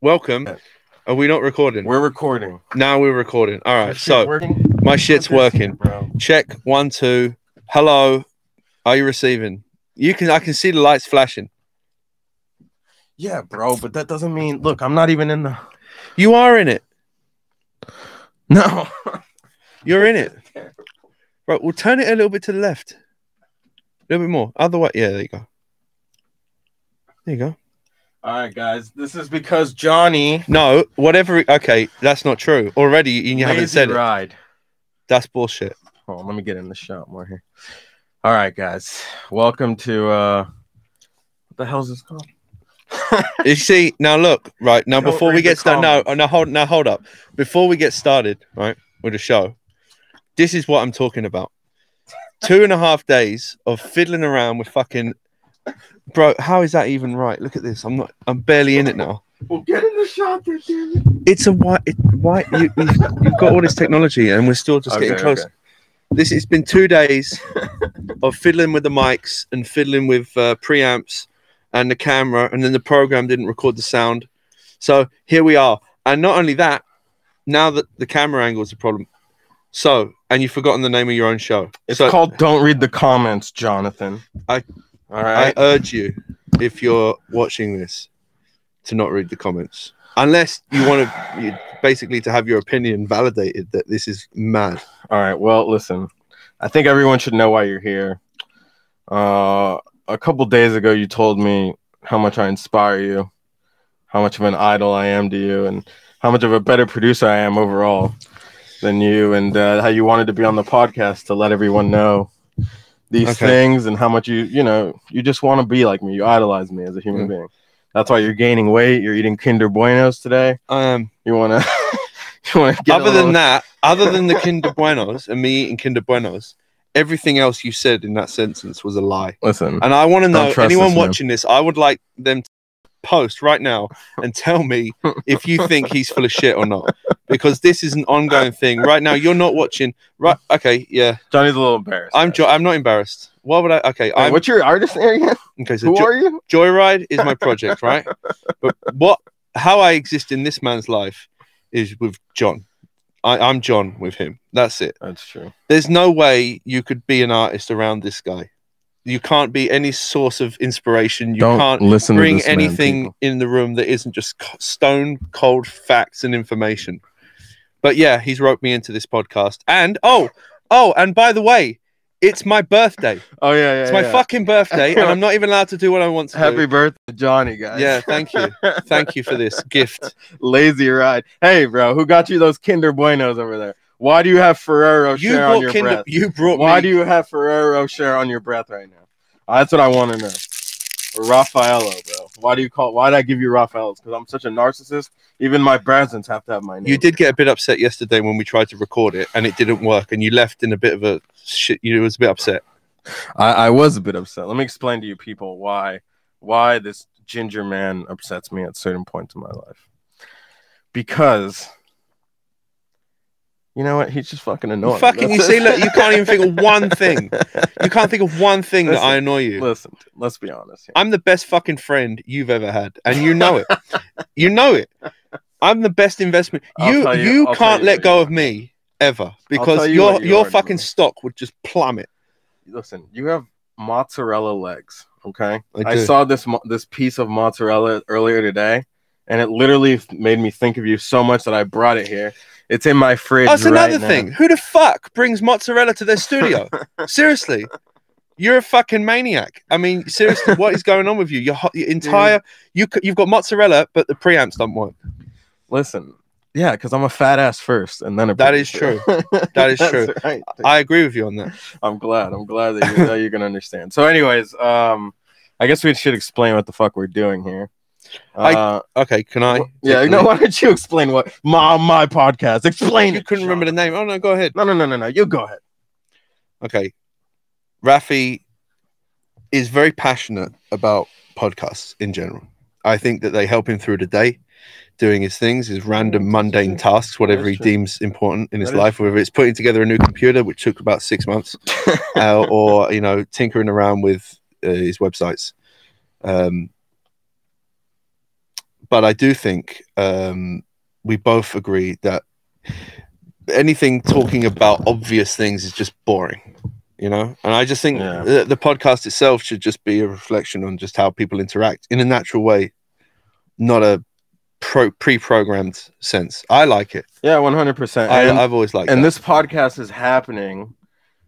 Welcome. Are we not recording? We're recording. now we're recording. All Your right. shit So working? my shit's Your shit's working. Bro. Check one, two. Hello. Are you receiving? You can. I can see the lights flashing. Yeah, bro, but that doesn't mean look, I'm not even in the You are in it. No. You're in it. Right. We'll turn it a little bit to the left. A little bit more. Other way. Yeah. There you go. There you go. Alright, guys. This is because Johnny No. Whatever. Okay. That's not true. Already, you you haven't lazy said it. ride. That's bullshit. Hold on, let me get in the shot more here. All right, guys. Welcome to uh what the hell's this called? You see, now look, right now Don't before we read get the started, no, comments. now hold, now hold up. Before we get started, right with the show, this is what I'm talking about. Two and a half days of fiddling around with fucking, bro. How is that even right? Look at this. I'm not. I'm barely in it now. Well get in the shot there, dude. It's a white. It, white. You, you've, you've got all this technology, and we're still just getting Okay, close. okay. This. It's been two days of fiddling with the mics and fiddling with uh, preamps and the camera, and then the program didn't record the sound. So here we are. And not only that, now that the camera angle is a problem. So, and you've forgotten the name of your own show. It's so called Don't Read the Comments, Jonathan. I- all I right. urge you, if you're watching this, to not read the comments. Unless you want to you, basically to have your opinion validated that this is mad. All right. Well, listen, I think everyone should know why you're here. Uh, a couple days ago, you told me how much I inspire you, how much of an idol I am to you, and how much of a better producer I am overall than you, and uh, how you wanted to be on the podcast to let everyone know these Okay. things and how much you, you know, you just want to be like me. You idolize me as a human Mm. being. That's why you're gaining weight. You're eating Kinder Buenos today. Um, You want to. You want to get a other little- than that, other than the Kinder Buenos and me eating Kinder Buenos, everything else you said in that sentence was a lie. Listen. And I want to know trust anyone this man. watching this, I would like them to post right now and tell me if you think he's full of shit or not, because this is an ongoing thing. Right now, you're not watching. Right? Okay, yeah, Johnny's a little embarrassed. I'm. Jo- I'm not embarrassed. Why would I? Okay, Wait, I'm. what's your artist name again? Okay, so Who jo- are you? Joyride is my project, right? but what? How I exist in this man's life is with John. I, I'm John with him. That's it. That's true. there's no way you could be an artist around this guy. You can't be any source of inspiration. You can't listen bring anything in the room that isn't just c- stone cold facts and information. But yeah, he's roped me into this podcast. And oh, oh, and by the way, it's my birthday. oh yeah, yeah. It's my yeah. fucking birthday, and I'm not even allowed to do what I want to Happy do. birthday, Johnny, guys. Yeah, thank you. Thank you for this gift. Lazy ride. Hey, bro, who got you those Kinder Buenos over there? Why do you have Ferrero You share on brought your Kinder, breath? you brought Why me. do you have Ferrero share on your breath right now? Uh, That's what I want to know. Or Raffaello, bro. Why do you call? Why did I give you Raffaello's? Because I'm such a narcissist. Even my presents have to have my name. You did get a bit upset yesterday when we tried to record it and it didn't work, and you left in a bit of a shit. You was a bit upset. I, I was a bit upset. Let me explain to you people why why this ginger man upsets me at certain points in my life. Because you know what? He's just fucking annoying. fucking, you That's see, it. look, you can't even think of one thing. You can't think of one thing that Listen, I annoy you. Listen, let's be honest. Here. I'm the best fucking friend you've ever had, and you know it. you know it. I'm the best investment. I'll you tell you, you- I'll tell can't you let what go you of are. me ever tell because you your what you your are, fucking Jimmy. stock would just plummet. Listen, you have mozzarella legs, okay? I I do. saw this mo- this piece of mozzarella earlier today, and it literally f- made me think of you so much that I brought it here. It's in my fridge. That's right another now. thing. Who the fuck brings mozzarella to their studio? seriously, you're a fucking maniac. I mean, seriously, what is going on with you? Your, ho- your entire you c- you've got mozzarella, but the preamps don't work. Listen, yeah, because I'm a fat ass first, and then a That is producer. That is That's true. Right. I agree with you on that. I'm glad. I'm glad that, you, that you can understand. So, anyways, um, I guess we should explain what the fuck we're doing here. I- Uh, Okay, can I? yeah, take no. the- Why don't you explain what my my podcast? Explain. You it, couldn't Sean. remember the name. Oh no, go ahead. No, no, no, no, no. You go ahead. Okay, Rafi is very passionate about podcasts in general. I think that they help him through the day, doing his things, his random that's mundane true. tasks, whatever Mm. That's he true. deems important in That his is life. Whether it's putting together a new computer, which took about six months, uh, or you know tinkering around with uh, his websites um but I do think um, we both agree that anything talking about obvious things is just boring, you know. And I just think Yeah. the, the podcast itself should just be a reflection on just how people interact in a natural way, not a pro- pre-programmed sense. I like it. Yeah, one hundred percent. I, I've always liked. and that. this podcast is happening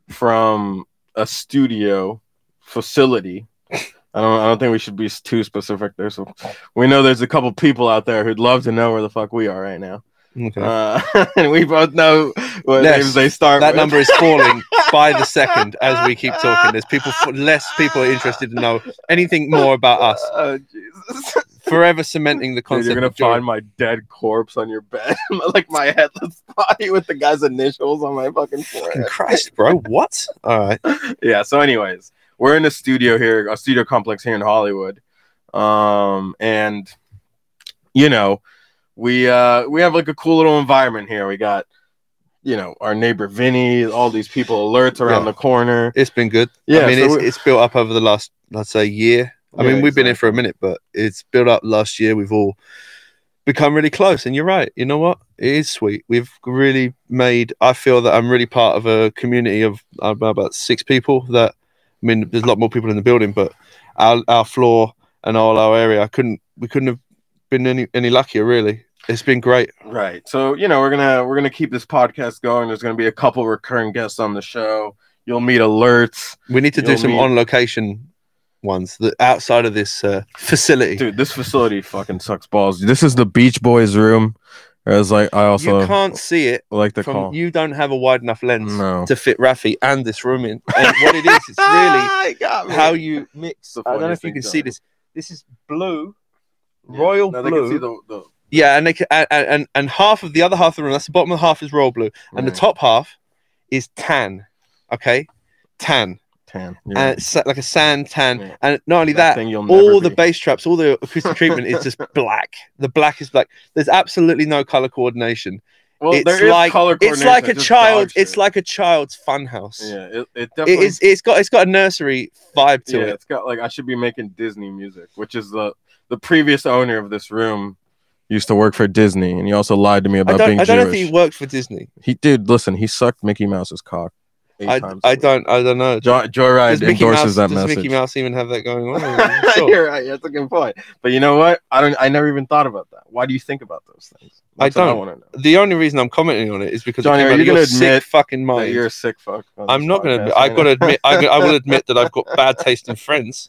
from a studio facility. I don't, I don't think we should be too specific there. So we know there's a couple people out there who'd love to know where the fuck we are right now. Okay. Uh, and we both know what Yes, names they start that with. number is falling by the second as we keep talking. There's people less people are interested to know anything more about us. Oh, Jesus. Forever cementing the Dude, concept. you're gonna of Jordan. find my dead corpse on your bed, like my headless body with the guy's initials on my fucking forehead. Fucking Christ, bro. What? All right. yeah. So, anyways, we're in a studio here, a studio complex here in Hollywood, um, and you know, we uh, we have like a cool little environment here. We got, you know, our neighbor Vinny, all these people alerts around Yeah. the corner. It's been good. Yeah, I mean, so it's, we- it's built up over the last, let's say, year. I mean, Yeah, we've been here for a minute, but it's built up last year. We've all become really close. And you're right. You know what? It is sweet. We've really made, I feel that I'm really part of a community of I don't know, about six people that, I mean, there's a lot more people in the building, but our, our floor and all our area, I couldn't, we couldn't have been any, any luckier, really. It's been great. Right. So, you know, we're gonna we're gonna keep this podcast going. There's gonna be a couple recurring guests on the show. You'll meet alerts. We need to You'll do some meet- on location ones that outside of this uh, facility. Dude, this facility fucking sucks balls. This is the Beach Boys room. As like I you can't see it like to from you don't have a wide enough lens No. to fit Rafi and this room in. And what it is, it's really how you mix. The I don't know funniest if you can things see ever. this. This is blue, royal No, they can blue. see the- the- Yeah, and, they, ca- and and and half of the other half of the room. That's the bottom of the half is royal blue, and the Yeah, top half is tan. Okay, tan, tan. and it's like a sand tan. Yeah. And not only that, thing you'll all never the bass traps, all the acoustic treatment is just black. The black is black. There's absolutely no color coordination. well, it's there is like- color It's coordination, like a just child. dog It's shit. like a child's funhouse. yeah, it, it It definitely is. It's got. It's got a nursery vibe to yeah, it. it's got like I should be making Disney music, which is the the previous owner of this room used to work for Disney, and he also lied to me I about don't. being I don't know if Jewish. he worked for Disney. He dude, listen, he sucked Mickey Mouse's cock. Eight I. times I don't. I don't know. Jo- Joyride Does Mickey Mouse? endorses that does message. Mickey Mouse even have that going on? I'm not sure. You're right. That's a good point. But you know what? I don't. I never even thought about that. Why do you think about those things? I That's what don't. want to know. The only reason I'm commenting on it is because Johnny, it came are out you of your gonna sick admit fucking That mind? you're a sick fuck. on I'm this not gonna. podcast Admit, I've right got to now. admit. I, I will admit that I've got bad taste in friends.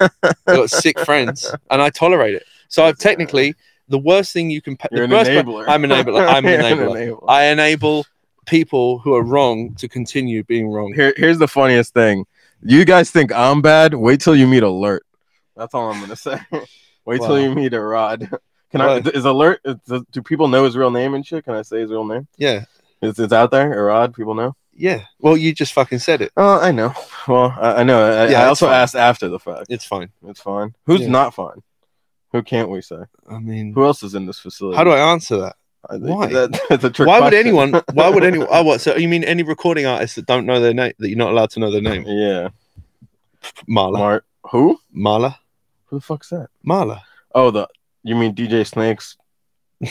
I've got sick friends, and I tolerate it. So I've technically the worst thing you can. pa- You're an the worst pa- enabler. I'm an enabler. I'm an You're enabler. enabler. I enable people who are wrong to continue being wrong. Here, here's the funniest thing. You guys think I'm bad? Wait till you meet Alert. That's all I'm gonna say. Wait Wow. till you meet a Rod. Can I? What? Is Alert? is- do people know his real name and shit? Can I say his real name? Yeah, It's, it's out there. Arad, people know. yeah. Well, you just fucking said it. Oh, I know. Well, I, I know. I, Uh, Yeah, I it's also fine. asked after the fact. It's fine. It's fine. Who's Yeah. not fine? Who can't we say? I mean, Who else is in this facility? how do I answer that? I think why? That, that's a trick Why would question. anyone? Why would anyone? Oh, what? So you mean any recording artists that don't know their name that you're not allowed to know their name? Yeah. Marla, Mart. Who? Marla, Who the fuck's that? Marla. Oh, the. You mean DJ Snake's?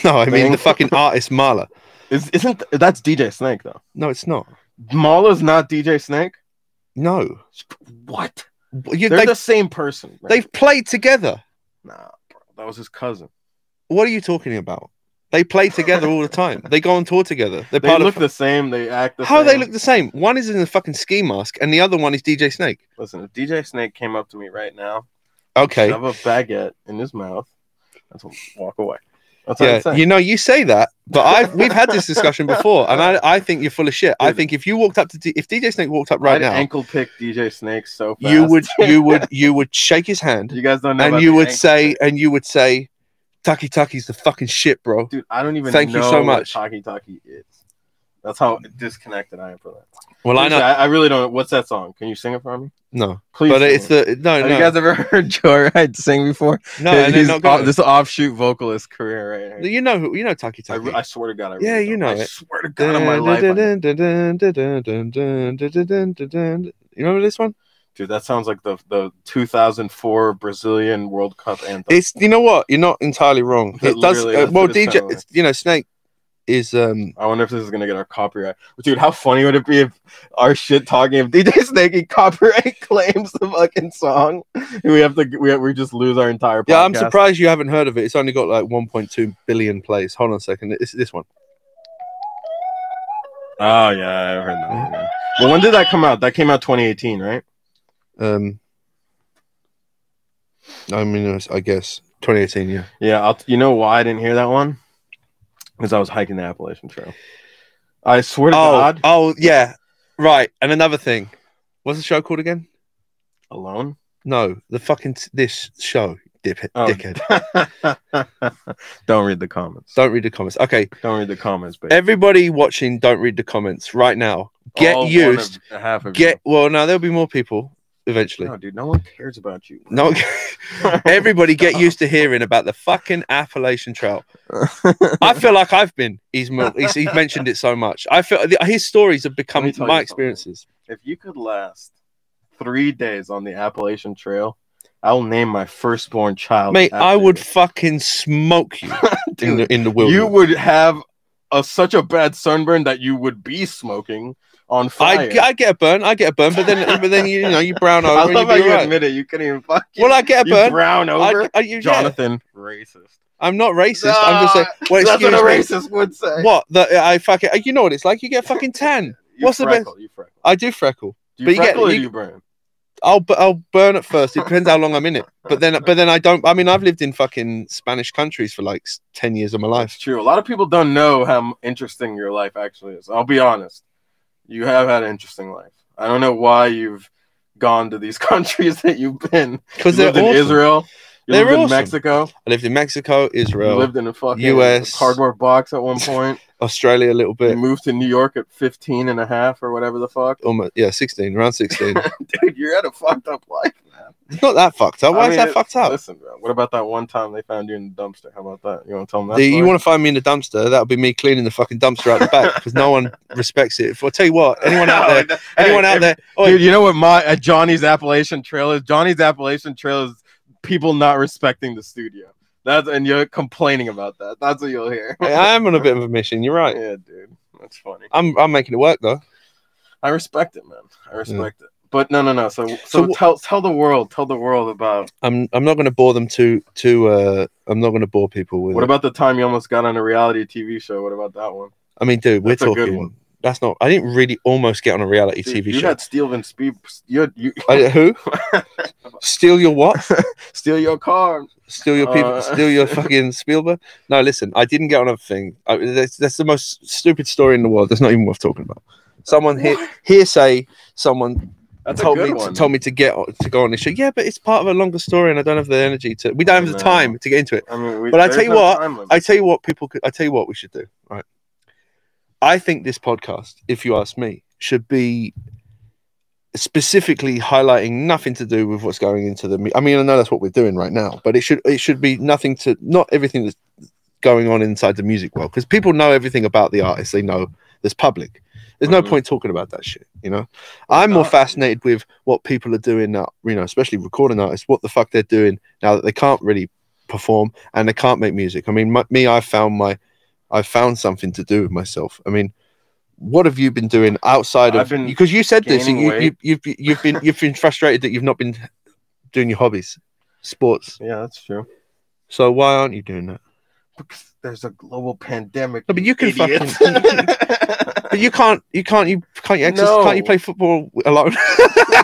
No, I mean Thing. the fucking artist Marla. Is isn't that's DJ Snake though? No, it's not. Mala's not DJ Snake. No, What? You- They're they, the same person. bro. they've played together. nah, bro. That was his cousin. What are you talking about? They play together all the time. They go on tour together. They're They part look of. the same. They act the how same. they look the same? One is in a fucking ski mask, and the other one is DJ Snake. Listen, if DJ Snake came up to me right now, Okay. shove a baguette in his mouth, that's what, walk away. That's what I'm Yeah, saying. you know, you say that, but I we've had this discussion before, and I, I think you're full of shit. I Dude. think if you walked up to D, if DJ Snake walked up right I'd now, ankle pick DJ Snake so fast. you would you would you would shake his hand, You guys don't know. and about you the would ankle say, pick. and you would say, Tucky Tucky's the fucking shit, bro. "Dude, I don't even Thank you know so what much. Talkie Talkie is." That's how disconnected I am from that. Well, I know. I, I really don't. What's that song? Can you sing it for me? No, Please. but sing it's it. the no, Have no, you guys ever heard Joyride sing before? no, and they're He's not off, good. this offshoot vocalist career right here. You know who you know Tucky I, Tucky. I swear to God, I Yeah, really you don't. know I it. swear to God, on my life, I- Dun, dun, dun, dun, dun, dun, dun, dun, dun, dun, dun, dun, dun. You remember this one? Dude, that sounds like the the 2004 Brazilian World Cup anthem. It's you know what you're not entirely wrong. It It does really uh, is. well. It is DJ, kinda like- it's- you know, Snake is um. I wonder if this is gonna get our copyright. Dude, how funny would it be if our shit talking if DJ Snakey copyright claims the fucking song? And we have to we, we just lose our entire podcast. Yeah, I'm surprised you haven't heard of it. It's only got like 1.2 billion plays. Hold on a second. It's this one. Oh yeah, I heard that. yeah. Well, when did that come out? That came out 2018, right? Um. I mean, it was- I guess 2018. Yeah. Yeah, I'll, you know why I didn't hear that one? Because I was hiking the Appalachian Trail. I swear to Oh, God, oh, yeah. Right. And another thing. What's the show called again? alone. No, the fucking t- this show, dip- Oh. dickhead. Don't read the comments. Don't read the comments. Okay, Don't read the comments, but everybody watching, don't read the comments right now. Get used. half of Get well. Now there'll be more people eventually. you. no, dude. No one cares about you. No, everybody get used to hearing about the fucking Appalachian Trail. I feel like I've been. He's, mo- he's he's mentioned it so much. I feel his stories have Let become me tell my you something. experiences. if you could last three days on the Appalachian Trail, I'll name my firstborn child. Mate, after I would you. fucking smoke you in Dude, the in the you wilderness. would have a, such a bad sunburn that you would be smoking on fire. I, I get a burn. I get a burn, but then but then you, you know you brown I over. and love how you you be all right. admit it. You couldn't even fucking. Well, I get a you burn. brown over. I, I, you, yeah, Jonathan, racist. I'm not racist. I'm just saying. Well, That's excuse what a me. racist would say. What? The, I fucking. You know what it's like. You get fucking tan. You What's the best- freckle, You freckle. I do freckle. Do you But you get- freckle or you- do you burn? I'll bu- I'll burn at first. It depends how long I'm in it. But then but then I don't. I mean, I've lived in fucking Spanish countries for like s- ten years of my It's life. true. A lot of people don't know how interesting your life actually is. I'll be honest. You have had an interesting life. I don't know why you've gone to these countries that you've been. You Because they're lived in awesome. Israel. You They're lived in awesome. Mexico. I lived in Mexico, Israel, You lived in a fucking US. cardboard box at one point. Australia a little you bit. moved to New York at 15 and a half or whatever the fuck. Almost yeah, sixteen, around sixteen. Dude, you're at a fucked up life, man. it's not that fucked up. Why I is mean, that it- fucked up? Listen, bro. What about that one time they found you in the dumpster? How about that? You want to tell them that? The- you story? want to find me in the dumpster? That'll be me cleaning the fucking dumpster out the back because no one respects it. If I tell you what, anyone out there, Hey, anyone out if- there, Oi, Dude, you know what my uh, Johnny's Appalachian Trail is? Johnny's Appalachian Trail is people not respecting the studio. That's and you're complaining about that. That's what you'll hear. I am on a bit of a mission. You're right. yeah, dude, that's funny. I'm I'm making it work though. I respect it, man. I respect it. But no, no, no. So, so, So wh- tell tell the world, tell the world about I'm I'm not going to bore them too too. Uh, I'm not going to bore people with. what it. about the time you almost got on a reality TV show? What about that one? I mean, dude, we're That's a good talking. one. That's not. I didn't really almost get on a reality Dude, TV you show. had Steven Spiel. You had you I, who? steal your what? steal your car. Steal your people? Uh, steal your fucking Spielberg? No, listen. I didn't get on a thing. I, that's, that's the most stupid story in the world. That's not even worth talking about. Someone he, hearsay. Someone That's told a good me one. told me to get on- to go on this show. Yeah, but it's part of a longer story, and I don't have the energy to. We don't have the No. time to get into it. I mean, we, But I there's tell you no what, time limit. I tell you what, people could. I tell you what we should do. Right. I think this podcast, if you ask me, should be specifically highlighting nothing to do with what's going into the. me- I mean, I know that's what we're doing right now, but it should it should be nothing to not everything that's going on inside the music world because people know everything about the artist. They know there's public. There's no Mhm. point talking about that shit, you know. I'm more not? fascinated with what people are doing now, you know, especially recording artists, what the fuck they're doing now that they can't really perform and they can't make music. I mean, my, me, I found my, I found something to do with myself. I mean, what have you been doing outside I've of? been Because you said this, and gaining you, weight. you, you've you've been you've been frustrated that you've not been doing your hobbies, sports. yeah, that's true. So why aren't you doing that? Because there's a global pandemic. No, but you can idiot. But you can't, you can't, you can't you exercise, No. can't you play football alone?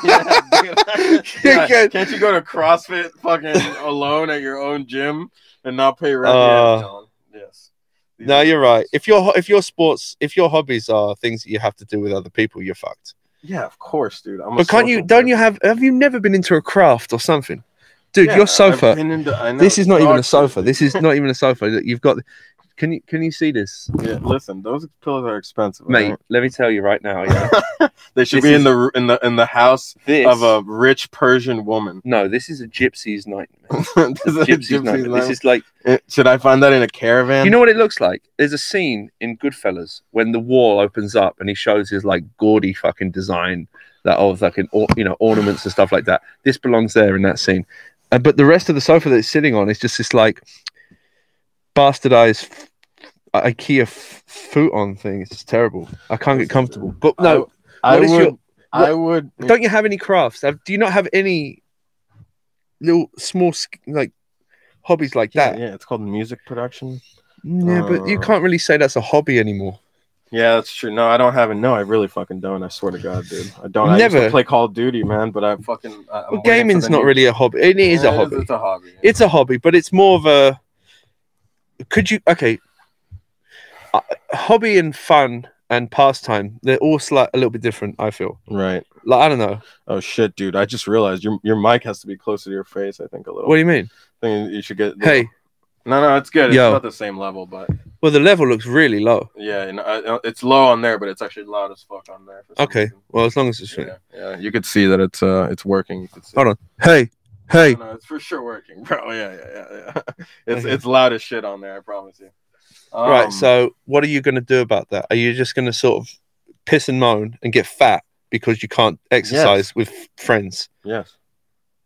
Yeah, dude. Yeah, can. Can't you go to CrossFit fucking alone at your own gym and not pay rent? Uh, yeah, John. Yes. These no, are- you're right. If your ho- if your sports, if your hobbies are things that you have to do with other people, you're fucked. Yeah, of course, dude. I'm a But can't you? social Don't you person. have? Have you never been into a craft or something, dude? Yeah, your I've sofa. been into- I know, This is not even a dog sofa. shit. This is not even a sofa. Look, You've got Can you can you see this, Yeah, listen, those pillows are expensive, mate? alright? Let me tell you right now. Yeah, They should This be is- in the in the in the house this of a rich Persian woman. no, this is a gypsy's nightmare. This is a Gypsy's, gypsy's nightmare. lamp. This is like Eh, Should I find that in a caravan? you know what it looks like. There's a scene in Goodfellas when the wall opens up and he shows his like gaudy fucking design that of like an or, you know ornaments and stuff like that. This belongs there in that scene, uh, but the rest of the sofa that it's sitting on is just this like bastardized. f- uh, IKEA f- futon thing. It's just terrible. I can't get comfortable. But no, I What is would. your- I would. don't you have any crafts? Have, do you not have any little small sk- like hobbies like yeah, that? Yeah, yeah, it's called music production. but you Uh. can't really say that's a hobby anymore. Yeah, that's true. No, I don't have it. No, I really fucking don't. I swear to God, dude, I don't. I used Never. to play Call of Duty, man, but I fucking. I, I'm Well, waiting for gaming's the not new- really a hobby. It is Yeah, a hobby. It's a hobby. yeah. It's a hobby, but it's more of a. Could you okay? Uh, hobby and fun and pastime, they're all slight a little bit different. I feel right. like I don't know. Oh shit, dude! I just realized your your mic has to be closer to your face. I think a little. What do you mean? I think you should get. Hey, No, no, it's good. It's Yo. about the same level, but well the level looks really low. yeah, and I, it's low on there, but it's actually loud as fuck on there. For some Okay, reason. well as long as it's Yeah, yeah, you could see that it's uh, it's working. You could see. Hold on. hey, hey. No, no, it's for sure working, bro. Yeah, yeah, yeah, yeah. It's Okay. it's loud as shit on there. I promise you. Um, right. So, what are you going to do about that? Are you just going to sort of piss and moan and get fat because you can't exercise with friends? yes,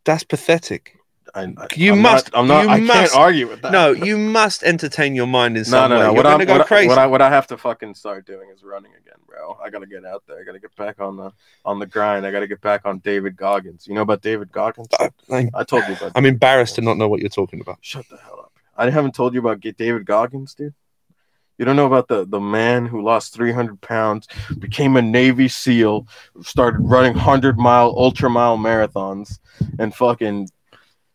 That's pathetic. I, I, You I'm must- Not, I'm not. you I must- can't argue with that. No, you must entertain your mind in No, some no, way. no. You're What, going I'm, to go what, I, crazy. what I what I have to fucking start doing is running again, bro. I gotta get out there. I gotta get back on the on the grind. I gotta get back on David Goggins. You know about David Goggins? I, I told you about. am embarrassed to not know what you're talking about. Shut the hell up. I haven't told you about Ga- David Goggins, dude. You don't know about the, the man who lost 300 pounds, became a Navy SEAL, started running 100 mile, ultra mile marathons, and fucking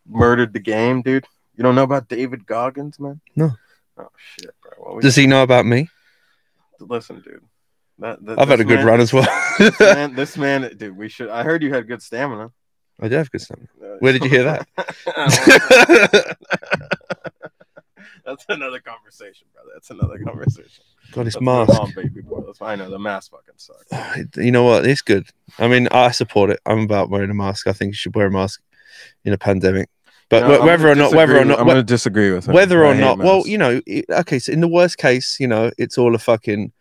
murdered the game, dude. You don't know about David Goggins, man? No. Oh, shit, bro. Well, we- Does he know about me? Listen, dude. That, that- I've had a this good man- run as well. this, man, this man, dude, we should. I heard you had good stamina. I do have good stamina. Uh, Where did you hear that? That's another conversation, brother. That's another conversation. God, it's Let's move mask. on, baby boy. Let's- I know the mask fucking sucks. You know what? It's good. I mean, I support it. I'm about wearing a mask. I think you should wear a mask in a pandemic. But You know, wh- I'm whether gonna or not, whether disagree or not, with- I'm wh- gonna disagree with him. whether I or hate not well masks. you know it, okay so in the worst case you know it's all a fucking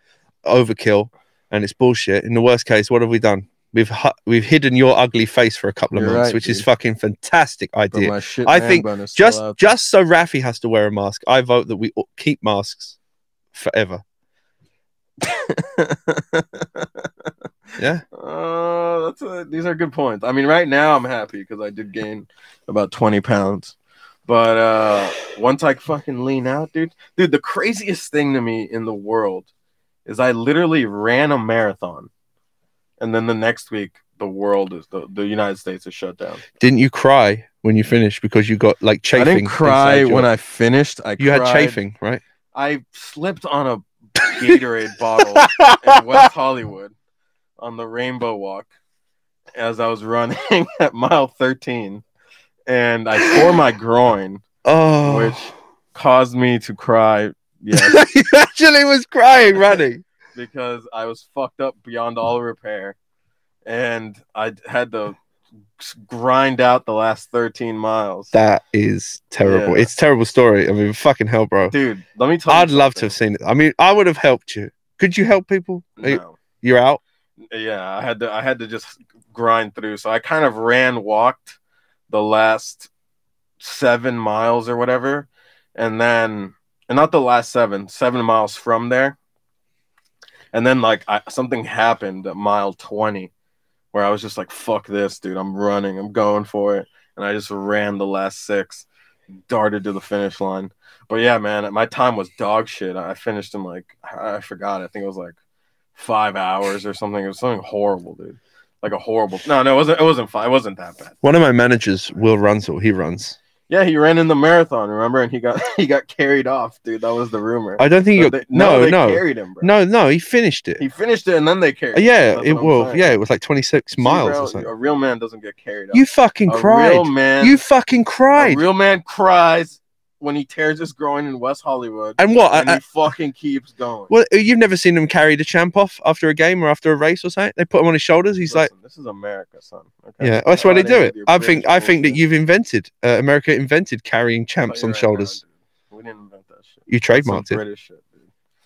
overkill and it's bullshit in the worst case what have we done we've hu- we've hidden your ugly face for a couple of You're months right, which is dude. fucking fantastic But idea my shit I man think bun is still just out there. just so rafi has to wear a mask i vote that we all keep masks forever Yeah. Uh, that's a, these are good points. I mean, right now I'm happy because I did gain about 20 pounds. But uh, once I fucking lean out, dude, dude, the craziest thing to me in the world is I literally ran a marathon, and then the next week the world is the, the United States is shut down. didn't you cry when you finished because you got like chafing I didn't cry inside your- when I finished. I you had cried. chafing right I slipped on a Gatorade bottle in West Hollywood on the Rainbow Walk as I was running at mile 13, and I tore my groin, oh which caused me to cry. Yes, he actually was crying running because I was fucked up beyond all repair, and I had to grind out the last 13 miles. That is terrible. Yeah. It's a terrible story. I mean, fucking hell, bro. Dude, let me tell you. I'd love to something. have seen it. I mean, I would have helped you. Could you help people? Are you- No. You're out. yeah i had to i had to just grind through so i kind of ran walked the last seven miles or whatever and then and not the last seven seven miles from there and then like I, something happened at mile 20 where i was just like fuck this dude i'm running i'm going for it and i just ran the last six darted to the finish line but yeah man my time was dog shit i finished in like i I forgot i think it was like five hours or something. It was something horrible, dude. Like a horrible. No, no, it wasn't. It wasn't five. It wasn't that bad. One of my managers, Will Runzel, he runs. Yeah, he ran in the marathon, remember? And he got he got carried off, dude. That was the rumor. I don't think you. But they- No, they no, carried him, bro. no, no. He finished it. Uh, he finished it and then they carried. him. yeah, That's it what I'm will. saying. Yeah, it was like 26 See, miles bro, or something. A real man doesn't get carried off. You fucking a cried. real man. You fucking a cried. real man cries when he tears his groin in West Hollywood, And what? and I- I- he fucking keeps going. well, you've never seen him carry the champ off after a game or after a race or something. They put him on his shoulders. He's like, Listen, "This is America, son." Okay? yeah, that's why Not they do any it. of your I think British I think that bullshit. you've invented uh, America invented carrying Oh, champs you're on right, shoulders. no, dude. we didn't invent that shit. You That's some trademarked it. British shit,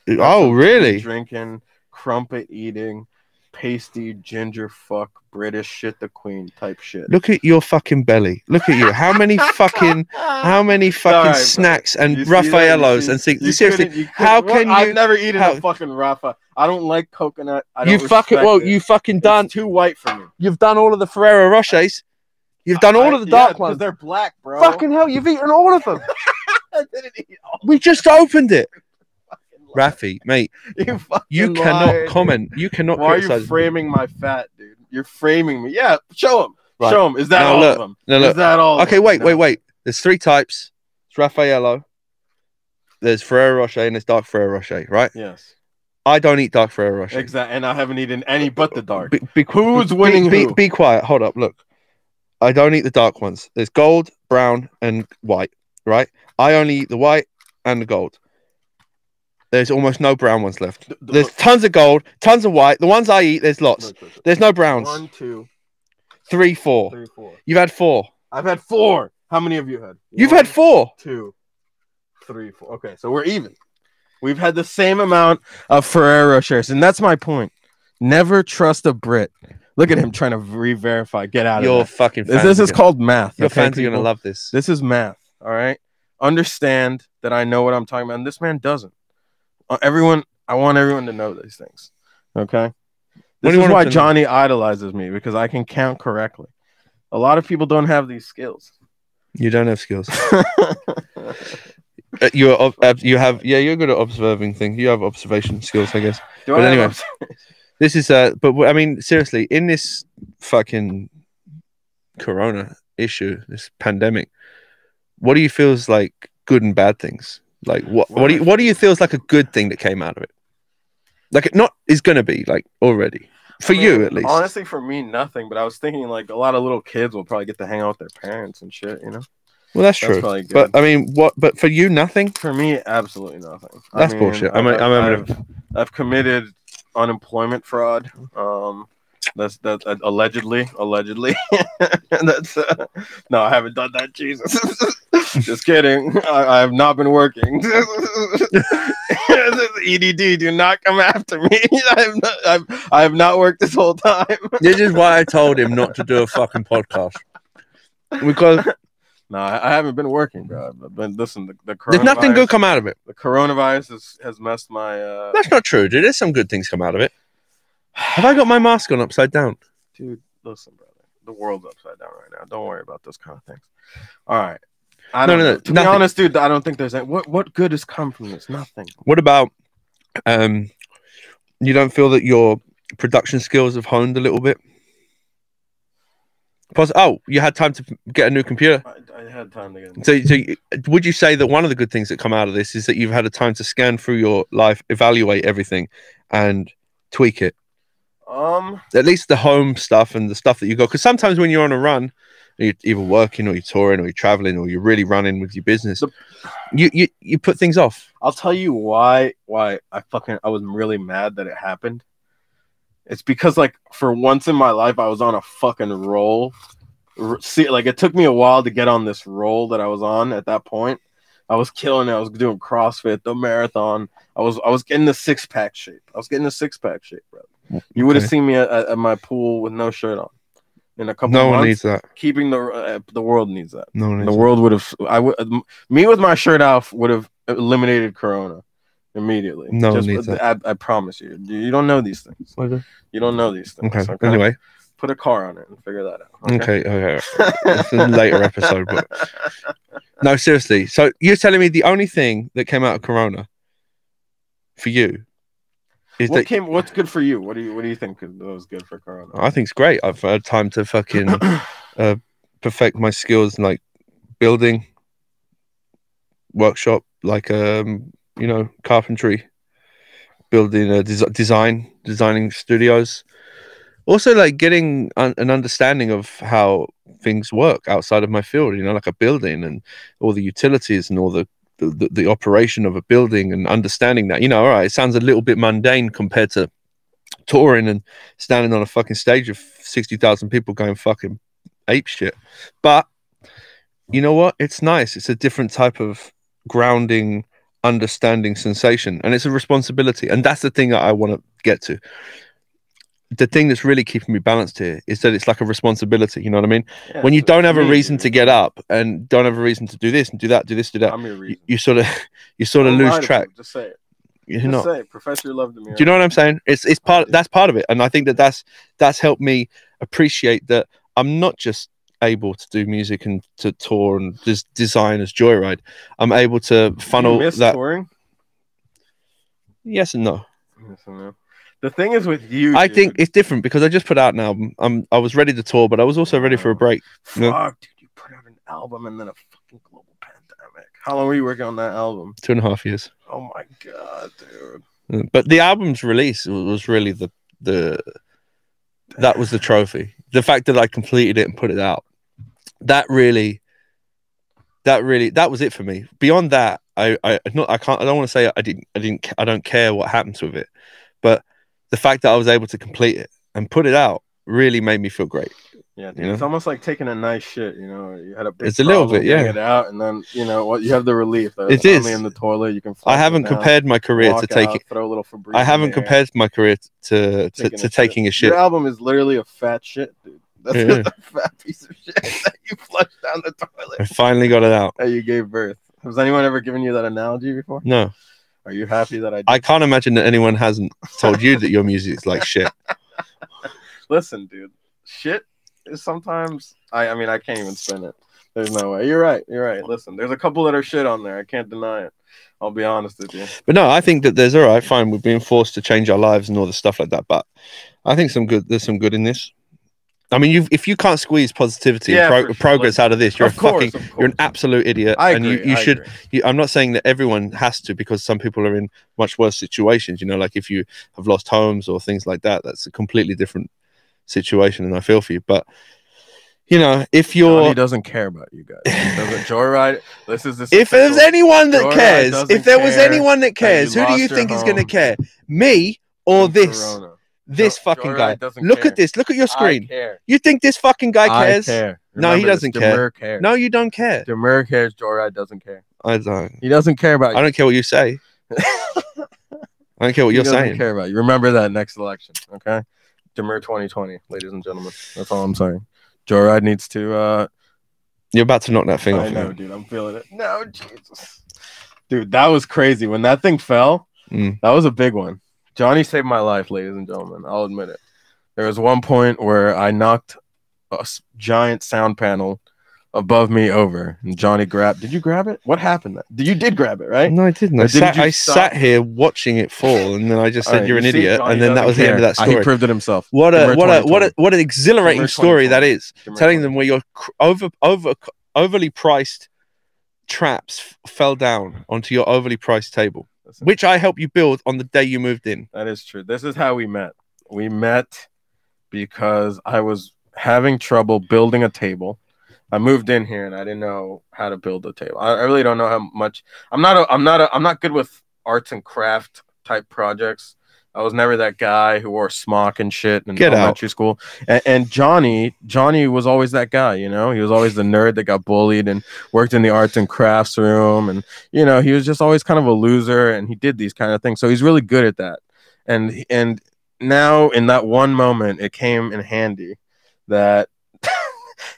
dude. Oh, really? Drinking, crumpet eating, pasty ginger fuck British shit the queen type shit. Look at your fucking belly. Look at you. How many fucking how many fucking Sorry, bro. snacks and You see that? You Raffaellos see- and things? you Seriously, couldn't- you couldn't- how well, can you- I've never eaten how- a fucking Rafa. I don't like coconut. I don't you fucking respect well, it. you fucking It's done. too white for me. You've done all of the Ferrero Rochers. You've done all I- of the yeah, dark 'cause ones. They're black, bro. Fucking hell, you've eaten all of them. I didn't eat all we just opened it. fucking lies. Rafi, mate, You fucking you lied. cannot comment. You cannot Why are you criticize. framing my fat, dude? You're framing me. Yeah, show him. Right. Show him. Is that Now all look, of them? No, Is look. that all? of Okay, them? wait, Oh, No. wait, wait. There's three types. It's Raffaello. There's Ferrero Rocher and there's dark Ferrero Rocher, right? Yes, I don't eat dark Ferrero Rocher. exactly. And I haven't eaten any but the dark. Be, be, Who's be- winning Be, who? be quiet. Hold up. Look, I don't eat the dark ones. There's gold, brown, and white. Right? I only eat the white and the gold. There's almost no brown ones left. The- the- There's tons of gold, tons of white. The ones I eat, there's lots. look, look, look. There's no browns. One, two, Three, four. three, four. You've had four. I've had four. How many of you had? You've One, had four. two, three, four. Okay, so we're even. We've had the same amount of Ferrero shares, and that's my point. Never trust a Brit. Look at him trying to re-verify. Get out Your of fucking. this. Fans This are is gonna- called math. Your okay, fans are gonna people? love this. This is math. All right. Understand that I know what I'm talking about. And this man doesn't. Uh, Everyone, I want everyone to know these things. Okay. What This do you is want why them to know? Johnny idolizes me because I can count correctly. A lot of people don't have these skills. You don't have skills. Uh, You're ob- ab- you have yeah. You're good at observing things. You have observation skills, I guess. Do But I anyway. have- This is uh, but w- I mean, seriously, in this fucking corona issue, this pandemic, what do you feel is like good and bad things? Like what what do you what do you feel is like a good thing that came out of it? Like it not is gonna be like already for I mean, you at least. Honestly, for me, nothing. But I was thinking like a lot of little kids will probably get to hang out with their parents and shit. You know, well, that's that's true. probably good. but I mean, what? But for you, nothing. for me, absolutely nothing. That's bullshit. I'm a- I've- I'm a- I've, I've committed unemployment fraud. Um, that's that uh, allegedly, allegedly. that's uh, no, I haven't done that. Jesus, just kidding. I, I have not been working. EDD, do not come after me. I have not, I've, I have not worked this whole time. This is why I told him not to do a fucking podcast because No, I, I haven't been working, bro. I've been listen. The, the coronavirus, there's nothing good come out of it. the coronavirus has, has messed my. Uh, That's not true, dude. There's some good things come out of it. Have I got my mask on upside down? dude, listen, brother. The world's upside down right now. Don't worry about those kind of things. All right. I No, don't no, know. no, To nothing. be honest, dude, I don't think there's any. What what good has come from this? Nothing. What about um you don't feel that your production skills have honed a little bit? Plus, oh, you had time to p- get a new computer. I, I had time to get. in. So, so you- would you say that one of the good things that come out of this is that you've had a time to scan through your life, evaluate everything, and tweak it? Um, At least the home stuff and the stuff that you go. Because sometimes when you're on a run, and you're either working or you're touring or you're traveling or you're really running with your business, The- you you, you put things off. I'll tell you why why I fucking I was really mad that it happened. It's because like for once in my life I was on a fucking roll. R- See, like it took me a while to get on this roll that I was on at that point. I was killing it. I was doing CrossFit, the marathon. I was I was getting the six pack shape. I was getting the six pack shape, bro. You would have Okay. seen me at, at my pool with no shirt on in a couple No one months. needs that. keeping the uh, the world needs that. No one needs The world would have. I would. Me with my shirt off would have eliminated Corona immediately. No one needs I, I promise you. You you don't know these things. that. You don't know these things. Okay. Anyway, put a car on it and figure that out. okay, okay. It's a later episode, but no, seriously. So you're telling me the only thing that came out of Corona for you is what that came? What's good for you? What do you? What do you think was good for Corona? I think it's great. I've had time to Oh, fucking uh, perfect my skills in like building, workshop, like um, you know, uh, carpentry, building a des- design, designing studios, also like getting un- an understanding of how things work outside of my field you know like a building and all the utilities and all the the, the operation of a building and understanding that you know all right it sounds a little bit mundane compared to touring and standing on a fucking stage of 60,000 people going fucking ape shit but you know what it's nice it's a different type of grounding understanding sensation and it's a responsibility and that's the thing that i want to get to the thing that's really keeping me balanced here is that it's like a responsibility you know what i mean Yeah, when you so don't have a me, reason to get up and don't have a reason to do this and do that do this do that I'm your you, reason. you sort of you sort of Don't lie lose to track people, Just say it. you're Just not say it. Professor Love do Demir. you know what I'm saying? It's it's part that's part of it, and I think that that's that's helped me appreciate that I'm not just able to do music and to tour and just design as Joyride. I'm able to funnel you miss that. touring? Yes and no. Yes, I know. The thing is with you, I think dude, it's different because I just put out an album. I'm I was ready to tour, but I was also ready for a Wow. break. no. fuck, dude, you put out an album and then a fucking global pandemic. How long were you working on that album? Two and a half years. Oh my god, dude. Uh, But the album's release w- was really the the that was the trophy. The fact that I completed it and put it out. That really that really that was it for me. Beyond that, I I not I can't I don't want to say I didn't I didn't ca- I don't care what happens with it. But the fact that I was able to complete it and put it out really made me feel great. Yeah, dude, You know? it's almost like taking a nice shit. You know, you had a big It's a little problem bit, yeah. getting it out, and then you know what, you have the relief. That It it's finally is. in the toilet. You can. I flush it haven't down, compared my career to walk take out, it. Throw a little Febreze. I in haven't there, compared my career to to, to taking a shit. Your album is literally a fat shit, dude. That's Yeah. just a fat piece of shit that you flushed down the toilet I finally got it out. that you gave birth. Has anyone ever given you that analogy before? No. Are you happy that I I can't imagine that anyone hasn't told you that your music's like shit. Listen, dude, shit is sometimes. I, I mean, I can't even spin it. There's no way. You're right. You're right. Listen, there's a couple that are shit on there. I can't deny it. I'll be honest with you. But no, I think that there's all right, fine. We're being forced to change our lives and all the stuff like that. But I think some good. There's some good in this. I mean, you if you can't squeeze positivity Yeah, and for pro- sure. progress out of this, you're of a fucking, course, of you're an course. absolute idiot. I agree. and you, you I should. agree. You, I'm not saying that everyone has to because some people are in much worse situations. You know, like if you have lost homes or things like that, that's a completely different situation, and I feel for you. But you know, if Johnny you're doesn't care about you guys. He Doesn't joyride. This is this. if there's official- anyone that Joyride cares, doesn't if there was care anyone that cares, you who do you lost your think is going to home. care? Me or this? Corona. this Jo- fucking Joyride guy. doesn't Look care. at this. Look at your I screen. care. You think this fucking guy I cares? care. No, he Remember this, doesn't care. Demure cares. No, you don't care. Demure cares. Joyride doesn't care. I don't. He doesn't care about I you. don't care what you say. I don't care what He you're doesn't saying. care about you. Remember that next election, okay? Demure 2020, ladies and gentlemen. That's all I'm saying. Joyride needs to. uh You're about to knock that thing I off. know, man. dude. I'm feeling it. No, Jesus, dude, that was crazy. When that thing fell, Mm. that was a big one. Johnny saved my life, ladies and gentlemen. I'll admit it. There was one point where I knocked a s- giant sound panel above me over, and Johnny grabbed. Did you grab it? What happened? Then? You did grab it, right? No, I didn't. I, Or didn't sat, you I stop? sat here watching it fall, and then I just All said, right, "You're an you see, idiot," Johnny and then that doesn't was the end of care. that Uh, He story. proved it himself. What a Demure what a what 2020. a what an exhilarating Demure story 2020. that is. Demure Telling them where your cr- over over overly priced traps f- fell down onto your overly priced table, Listen, which I helped you build on the day you moved in. that is true. This is how we met. We met because I was having trouble building a table. I moved in here and I didn't know how to build a table. I, I really don't know how much. I'm not. A, I'm not. A, I'm not good with arts and craft type projects. I was never that guy who wore smock and shit in Get out. elementary school. And, and Johnny, Johnny was always that guy. You know, he was always the nerd that got bullied and worked in the arts and crafts room. And you know, he was just always kind of a loser. And he did these kind of things. So he's really good at that. And and now in that one moment, it came in handy that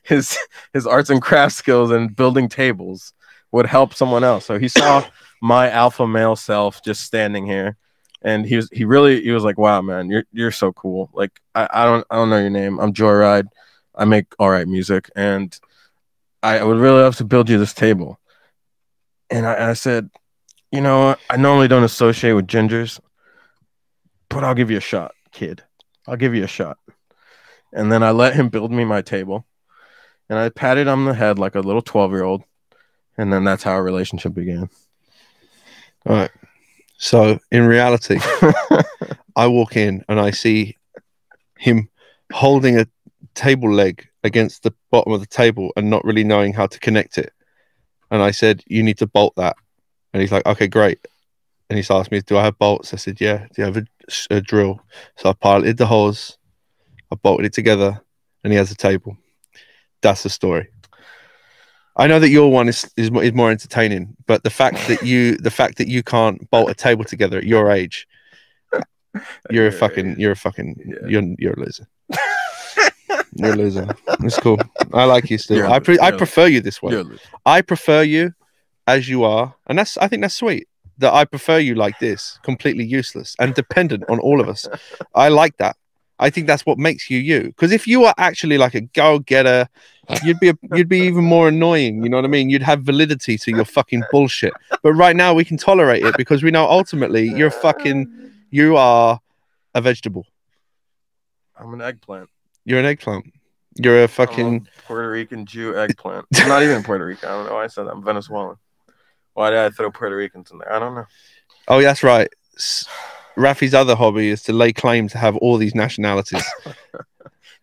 his his arts and craft skills and building tables would help someone else. So he saw my alpha male self just standing here, and he was he really he was like, "Wow, man, you're you're so cool. Like I, I don't I don't know your name. I'm Joyride. I make all right music, and I would really love to build you this table." And I, I said, "You know, what? I normally don't associate with gingers, but I'll give you a shot, kid. I'll give you a shot." And then I let him build me my table and I patted him on the head like a little 12 year old. And then that's how our relationship began. All right. So in reality, I walk in and I see him holding a table leg against the bottom of the table and not really knowing how to connect it. And I said, You need to bolt that. And he's like, Okay, great. And he's asked me, Do I have bolts? I said, Yeah. Do you have a, a drill? So I piloted the holes, I bolted it together, and he has a table. That's the story. I know that your one is, is mo- is more entertaining, but the fact that you the fact that you can't bolt a table together at your age, you're a your fucking you're a fucking Yeah. you're you're a loser. you're a loser. It's cool. I like you still. You're a I pre- loser. I You're a prefer you this way. You're a loser. I prefer you as you are, and that's I think that's sweet. That I prefer you like this, completely useless and dependent on all of us. I like that. I think that's what makes you you. Because if you are actually like a go-getter, you'd be a, you'd be even more annoying. You know what I mean? You'd have validity to your fucking bullshit. But right now we can tolerate it because we know ultimately you're Um, fucking you are a vegetable. I'm an eggplant. You're an eggplant. You're a I'm a fucking Puerto Rican Jew eggplant. I'm not even Puerto Rican. I don't know why I said that. I'm Venezuelan. Why did I throw Puerto Ricans in there? I don't know. Oh, that's right. S- Rafi's other hobby is to lay claim to have all these nationalities.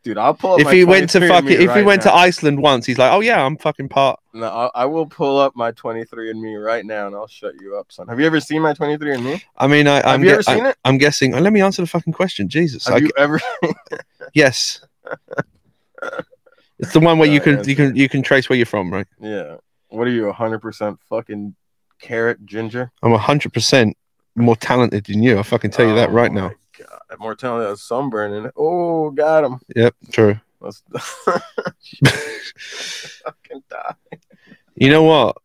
Dude, I'll pull up if my he went to 23andMe fucking, if he right went now. to Iceland once, he's like, oh yeah, I'm fucking part. No, I, I will pull up my 23andMe right now and I'll shut you up, son. Have you ever seen my 23andMe? I mean, I, I'm, Have you ever I, seen it? am guessing. oh, let me answer the fucking question. Jesus. Have I, you ever? Yes. it's the one where you Uh, can answer. you can you can trace where you're from, right? Yeah. What are you, 100% fucking carrot ginger? I'm hundred percent more talented than you. I fucking tell you that Oh right my now. God, mortality has sunburn in it. Oh, got him. Yep, true. Let's fucking die. You know what?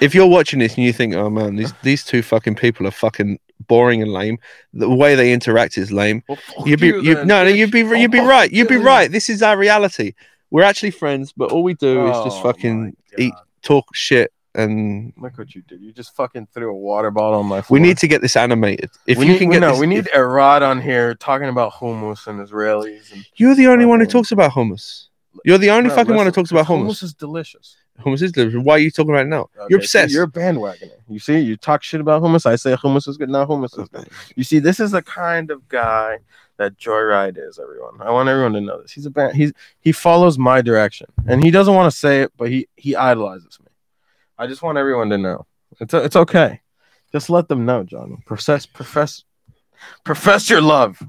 If you're watching this and you think, oh man, these these two fucking people are fucking boring and lame. The way they interact is lame. Well, fuck you'd be you you, then, no, no, bitch. you'd be I'll you'd be fuck right. You'd be you. right. This is our reality. We're actually friends, but all we do is Oh, just my fucking God. eat, talk shit, and Look what you did. You just fucking threw a water bottle on my floor. we need to get this animated. If we you need, can we- get no, this, we need Erod on here talking about hummus and Israelis. And you're the only one who fucking- talks about hummus. You're the only No, fucking one who listen, talks about hummus hummus. is delicious. Hummus is delicious. Why are you talking about it now? Okay, you're see, obsessed. you're a bandwagoner. You see, you talk shit about hummus. I say hummus is good. Now hummus is good. You see, this is the kind of guy that Joyride is. Everyone, I want everyone to know this. He's a band. He's he follows my direction, and he doesn't want to say it, but he he idolizes me. I just want everyone to know. It's it's okay. Just let them know, Johnny. Profess profess profess your love.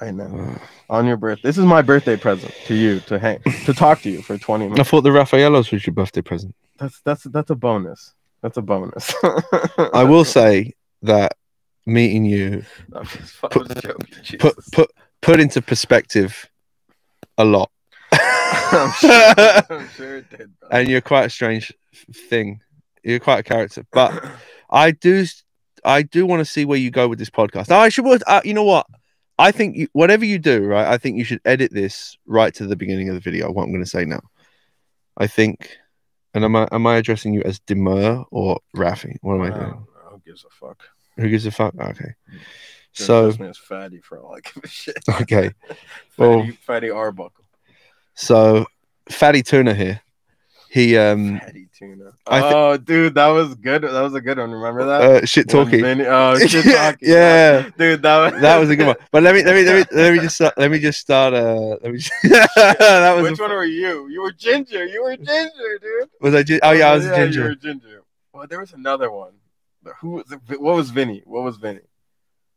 I know. Ugh. On your birth, this is my birthday present to you to hang to talk to you for twenty minutes. I thought the Raffaellos was your birthday present. That's that's that's a bonus. That's a bonus. I will say that meeting you I'm just put- fucking joking. put Jesus. put put into perspective a lot. I'm, sure, I'm sure it did. Bro. and you're quite a strange f- thing. You're quite a character, but I do, s- I do want to see where you go with this podcast. Now, I should, uh, you know what? I think you, whatever you do, right? I think you should edit this right to the beginning of the video. What I'm going to say now, I think, and am I am I addressing you as Demur or Rafi? What am I doing? No, no, who gives a fuck? Who gives a fuck? Okay, Just so address me as fatty for all I give a shit. okay, well- fatty, fatty Arbuckle, so Fatty Tuna here. He um fatty tuna. I thi- oh, dude, that was good. That was a good one. Remember that? uh, shit When talkie. Vinny- oh, shit Yeah, talking. yeah. dude, that was that was a good one. But let me let me let me let me just start, let me just start. Uh, let me. Just, that was Which one were you? You were ginger. You were ginger, dude. was I? Gi- oh yeah, I was a You ginger. were ginger. Well, there was another one. But Who was? What was Vinny? What was Vinny?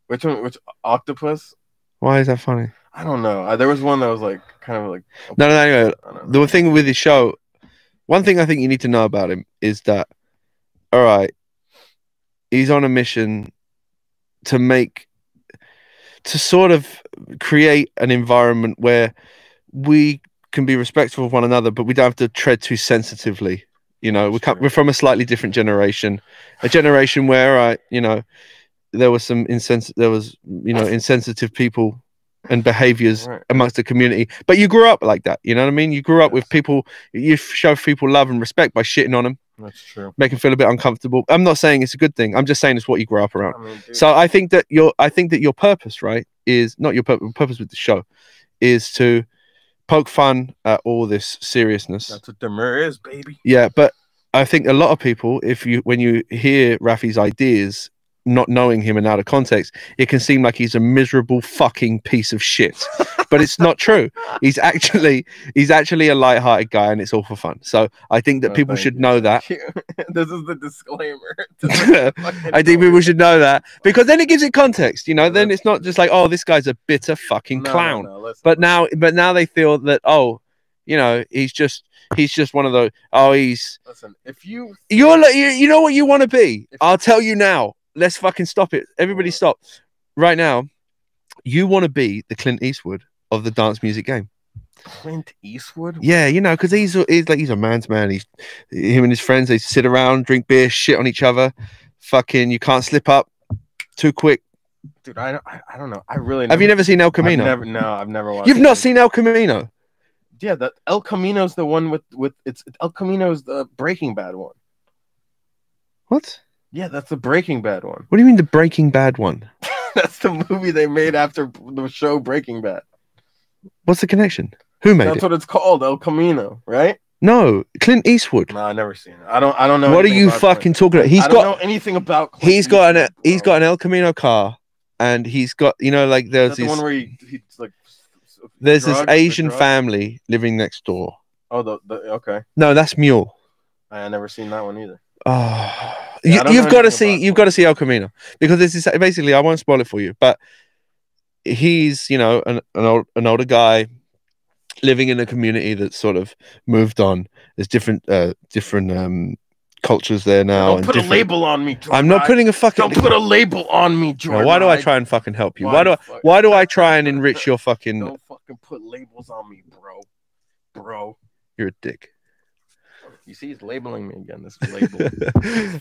Which one? Which octopus? Why is that funny? I don't know. Uh, there was one that was like kind of like. No, no, no. Anyway, I don't know. the thing with his show, one thing I think you need to know about him is that, all right, he's on a mission to make, to sort of create an environment where we can be respectful of one another, but we don't have to tread too sensitively. You know, we That's can't, true. we're from a slightly different generation, a generation where, all right, you know, there was some insens there was you know insensitive people and behaviors Right. amongst the community. But you grew up like that. You know what I mean? You grew up with Yes. people. You f- show people love and respect by shitting on them, That's true. make them feel a bit uncomfortable. I'm not saying it's a good thing. I'm just saying it's what you grew up around. I mean, dude, So I think that your I think that your purpose, right, is not your purpose, purpose with the show, is to poke fun at all this seriousness. that's what demur is, baby. Yeah, but I think a lot of people, if you when you hear Rafi's ideas, not knowing him and out of context, it can seem like he's a miserable fucking piece of shit. but it's not true. He's actually he's actually a light-hearted guy, and it's all for fun. So I think that Oh, people thank should you. know that. this is the disclaimer. I think people should know that because then it gives it context. You know, then it's not just like, oh, this guy's a bitter fucking clown. But now, but now they feel that, oh, you know, he's just he's just one of those. Oh, he's Listen, if you you're like, you, you know what you want to be. If- I'll tell you now. Let's fucking stop it. Everybody, stop right now. You want to be the Clint Eastwood of the dance music game. Clint Eastwood, Yeah, you know, because he's he's like he's a man's man. He's him and his friends. They sit around, drink beer, shit on each other. Fucking, you can't slip up too quick. dude, I don't, I, I don't know. I really Have you never seen El I've Camino? Never, no, I've never watched. You've it. not seen El Camino. Yeah, the El Camino's the one with with it's El Camino's the Breaking Bad one. What? Yeah, that's the Breaking Bad one. What do you mean the Breaking Bad one? that's the movie they made after the show Breaking Bad. What's the connection? Who made that's it? what it's called, El Camino, right? No, Clint Eastwood. No, I never seen it. I don't. I don't know. What are anything you about Clint. fucking talking about? He's I don't got know anything about. Clint he's got an Eastwood, he's bro. got an El Camino car, and he's got you know like Is there's that the one this where he, he's like. s- s- there's this drugs, the Asian drug? family living next door. Oh, the, the okay. No, that's Mule. I I never seen that one either. Oh, Yeah, I you, don't you've know got to anything see about you've got to see El Camino because this is basically I won't spoil it for you, but he's you know an an, old, an older guy living in a community that's sort of moved on. There's different uh, different um, cultures there now. Don't and put a different- label on me. I'm not Jordan. putting a fucking. Don't put a label on me, Now, Jordan. why do I try and fucking help you? Why, do I? fuck- Why do I try and enrich your fucking? Don't fucking put labels on me, bro. Bro, You're a dick. you see, he's labeling me again. This label.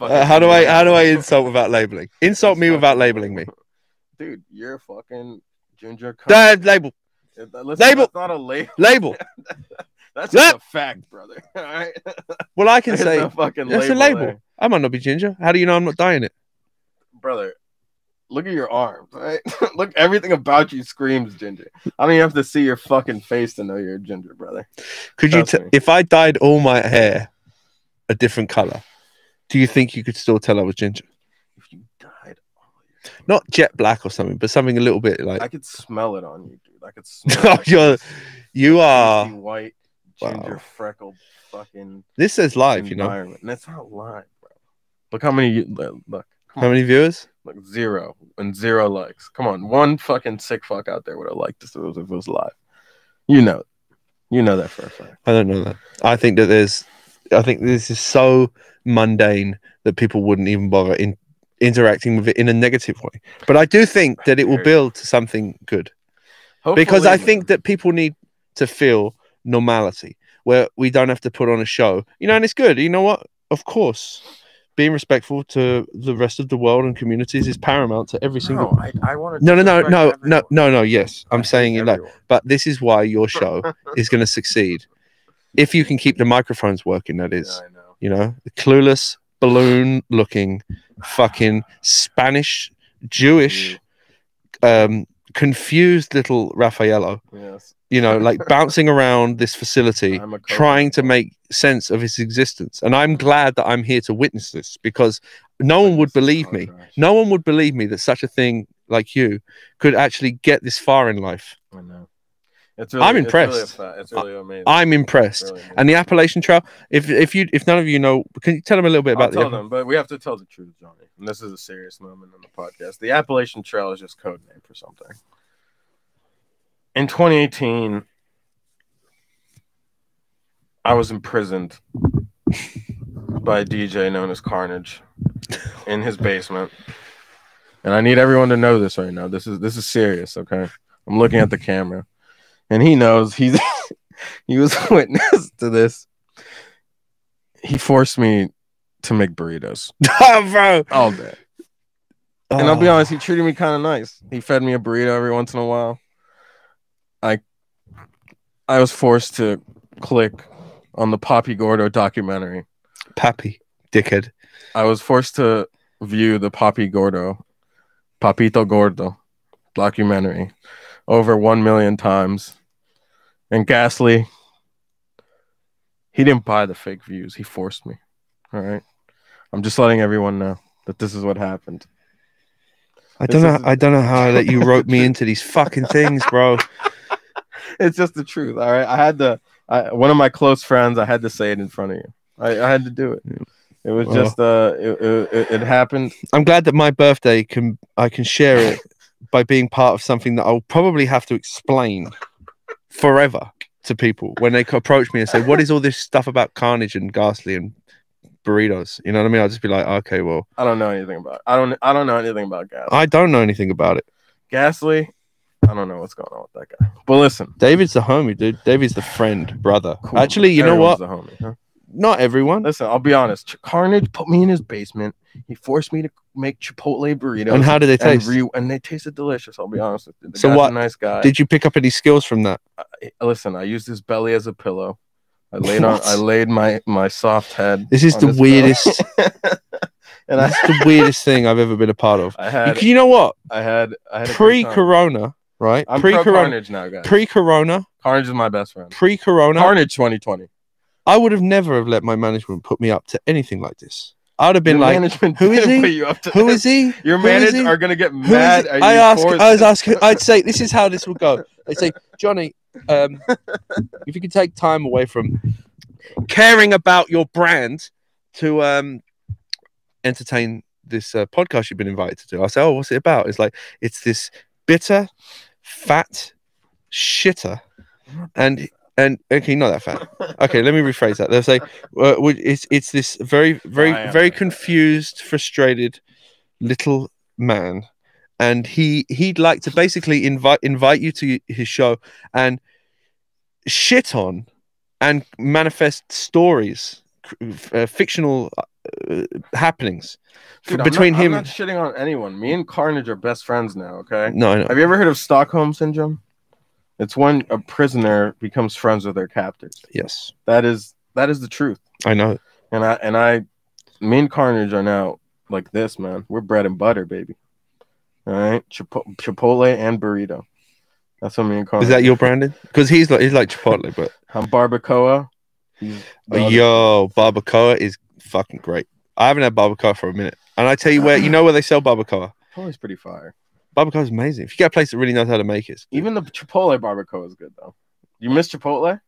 Uh, how do I how do I insult without labeling? Insult me without labeling me. Dude, you're a fucking ginger. cunt. Dad, label, If that- listen, label. That's not a label. label. That's Yeah. just a fact, brother. All right. Well, I can There's say no fucking that's a label label. there. I might not be ginger. How do you know I'm not dying it? brother. Look at your arms. All right. look, everything about you screams ginger. I don't even have to see your fucking face to know you're a ginger, brother. Could you? Trust T- me. if I dyed all my hair a different color, do you think you could still tell I was ginger? If you died, oh, you're- Not jet black or something, but something a little bit I like. could smell it on you, dude. I Oh, could smell it. you're- You Pasty are. white, Ah, Wow. ginger, freckled, fucking This says live. You know environment. And that's not live, bro. Look how many. you- uh, Look, come how on. many viewers? Like zero and zero likes. Come on, one fucking sick fuck out there would have liked this if it was- if it was live. You know, it. you know that for a fact. I don't know that. I think that there's, I think this is so mundane that people wouldn't even bother in interacting with it in a negative way. But I do think that it will build to something good because I Hopefully- think that people need to feel normality where we don't have to put on a show, you know, and it's good. You know what? Of course, being respectful to the rest of the world and communities is paramount to every single. No, I, I want to. No, no, no, no, no, no, no. Yes, I'm saying it like but this is why your show is going to succeed if you can keep the microphones working that is I know. you know the clueless balloon looking fucking spanish jewish um confused little raffaello Yes. you know like bouncing around this facility I'm a coach. trying to make sense of his existence and i'm glad that i'm here to witness this because no one would believe me no one would believe me that such a thing like you could actually get this far in life I know. It's really, impressed. It's really, a fa- it's really amazing. i'm It's impressed really amazing. And the Appalachian Trail, if if you if none of you know, can you tell them a little bit about the I'll tell them, but we have to tell the truth, Johnny. And this is a serious moment in the podcast. The Appalachian Trail is just code name for something. In 2018, I was imprisoned by a DJ known as Carnage in his basement. And I need everyone to know this right now. This is this is serious, okay? I'm looking at the camera. And he knows he's he was a witness to this. He forced me to make burritos oh, bro. all day. Oh. Oh. And I'll be honest, he treated me kind of nice. He fed me a burrito every once in a while. I I was forced to click on the Poppy Gordo documentary. Pappy, dickhead. I was forced to view the Poppy Gordo, Papito Gordo documentary over 1 million times. And Gasly, he didn't buy the fake views. He forced me. All right. I'm just letting everyone know that this is what happened. I don't know. This is- I don't know how that you rope me into these fucking things, bro. It's just the truth. All right. I had to. I, one of my close friends. I had to say it in front of you. I, I had to do it. It was Well. just. Uh. It, it, it- it happened. I'm glad that my birthday can I can share it by being part of something that I'll probably have to explain forever to people when they approach me and say, "What is all this stuff about carnage and ghastly and burritos?" You know what I mean? I'll just be like, "Okay, well, I don't know anything about. I don't. I don't know anything about gas. I don't know anything about it." Gasly. I don't know what's going on with that guy. But listen. David's the homie, dude. David's the friend, brother. cool. Actually, you know Everyone's what? the homie, huh? Not everyone. Listen, I'll be honest. Ch- Carnage put me in his basement. He forced me to make Chipotle burritos. And how do they taste? And, re- and they tasted delicious. I'll be honest with you. The So guy's what A nice guy. Did you pick up any skills from that? Listen, I used his belly as a pillow. I laid on. What? I laid my my soft head. This is on the his belly. weirdest. Oh, and I, that's the weirdest thing I've ever been a part of. I You, had. you know what? I had. I had a great time. Pre-corona, right? I'm pro Pre-corona. Carnage now, guys. Pre-corona. Carnage is my best friend. Pre-corona. Carnage 2020. I would have never have let my management put me up to anything like this. I'd have been Your like, management who is didn't he? put you up to "Who this. is he? Your Who is managers he? are gonna get Who is mad he?" at you. I ask. for I was this. asking. I'd say, "This is how this will go." They say, "Johnny, um, if you could take time away from caring about your brand to um, entertain this uh, podcast you've been invited to do," I say, "Oh, what's it about?" It's like it's this bitter, fat shitter, and and okay, not that fat. Okay, let me rephrase that. They'll say uh, would- it's it's this very very I am very like that. confused, frustrated little man, and he he'd like to basically invite invite you to his show and shit on and manifest stories, c- uh, fictional uh, happenings f- Dude, I'm between not- him. I'm not shitting on anyone. Me and Carnage are best friends now. Okay. No, no, Have you ever heard of Stockholm syndrome? It's when a prisoner becomes friends with their captors. yes, That is that is the truth. I know. And I and I, me and Carnage are now like this, man. We're bread and butter, baby. All right, Chipo- Chipotle and burrito. That's what me and Carnage. Is that your branding? Because he's like he's like Chipotle, but I'm barbacoa. He's the other- Yo, barbacoa is fucking great. I haven't had barbacoa for a minute, and I tell you where you know where they sell barbacoa. Chipotle's pretty fire. Barbacoa is amazing. If you get a place that really knows how to make it, Even the Chipotle barbacoa is good though. You miss Chipotle?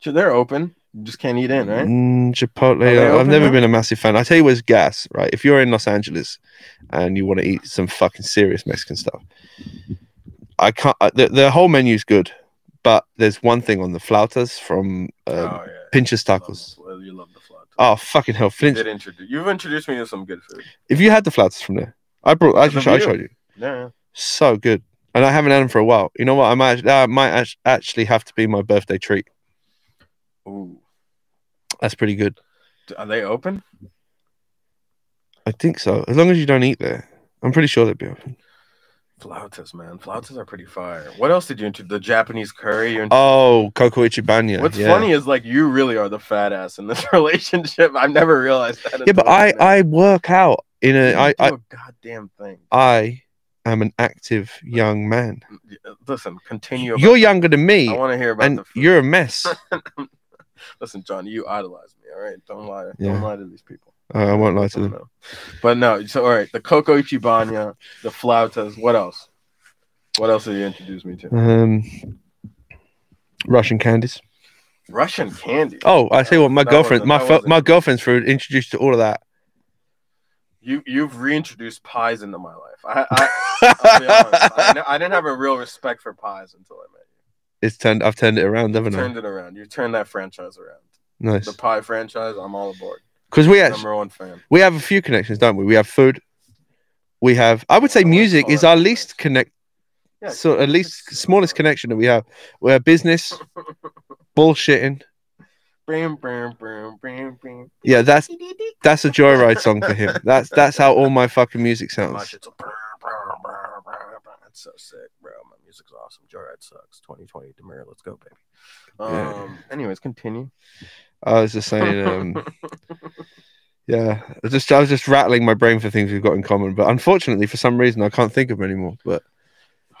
Ch- They're open. You just can't eat in, right? Mm, Chipotle. they I've open never now? been a massive fan. I tell you where's gas, right? If you're in Los Angeles and you want to eat some fucking serious Mexican stuff, I can't. I, the, the whole menu's good, but there's one thing on the flautas from uh, yeah. Pinchas Tacos. You Oh, love the flautas. Oh fucking hell, Flinch! introduce, you've introduced me to some good food. If you had the flautas from there, I brought. I, The just, I view. showed you. Yeah. so good. And I haven't had them for a while. You know what? I might that might act- actually have to be my birthday treat. Ooh. That's pretty good. D- Are they open? I think so. As long as you don't eat there, I'm pretty sure they'd be open. Flautas, man. Flautas are pretty fire. What else did you introduce? The Japanese curry. You intro- Oh, Coco Ichibanya. What's yeah. funny is like you really are the fat ass in this relationship. I've never realized that. Yeah, but I I work out in a I I do a goddamn thing. I am an active young man. uh, Listen, continue. about- You're younger than I me, want to hear about and the food. you're a mess. Listen, John, you idolize me. All right, don't lie. Yeah. Don't lie to these people. Uh, I won't lie to Don't them. know. But no, so all right, the Coco Ichibanya, the flautas. What else? What else did you introduce me to? Um, Russian candies. Russian candy. Oh, I tell you what, my That girlfriend, wasn't- my that fir- wasn't- my girlfriend's food introduced to all of that. You you've reintroduced pies into my life. I I, I'll be honest, I, ne- I didn't have a real respect for pies until I met you. it's turned. I've turned it around, haven't Turned it around. You turned that franchise around. I? Nice. The pie franchise. I'm all aboard. Because we actually, Number one fan. we have a few connections, don't we? We have food. We have. I would say Oh, that's- music oh, is that's our nice. least connect. Yeah, So at least it's- smallest connection that we have. We have business, bullshitting. Bam, bam, bam, bam, bam. Yeah, that's that's a joyride song for him. That's that's how all my fucking music My sounds. shit's a brr, brr, brr, brr, brr. It's so sick, bro. My music's awesome. Joyride sucks. 2020 Demir, let's go, baby. Yeah. Um. Anyways, continue. I was just saying. Um, yeah, I was just I was just rattling my brain for things we've got in common, but unfortunately, for some reason, I can't think of them anymore. But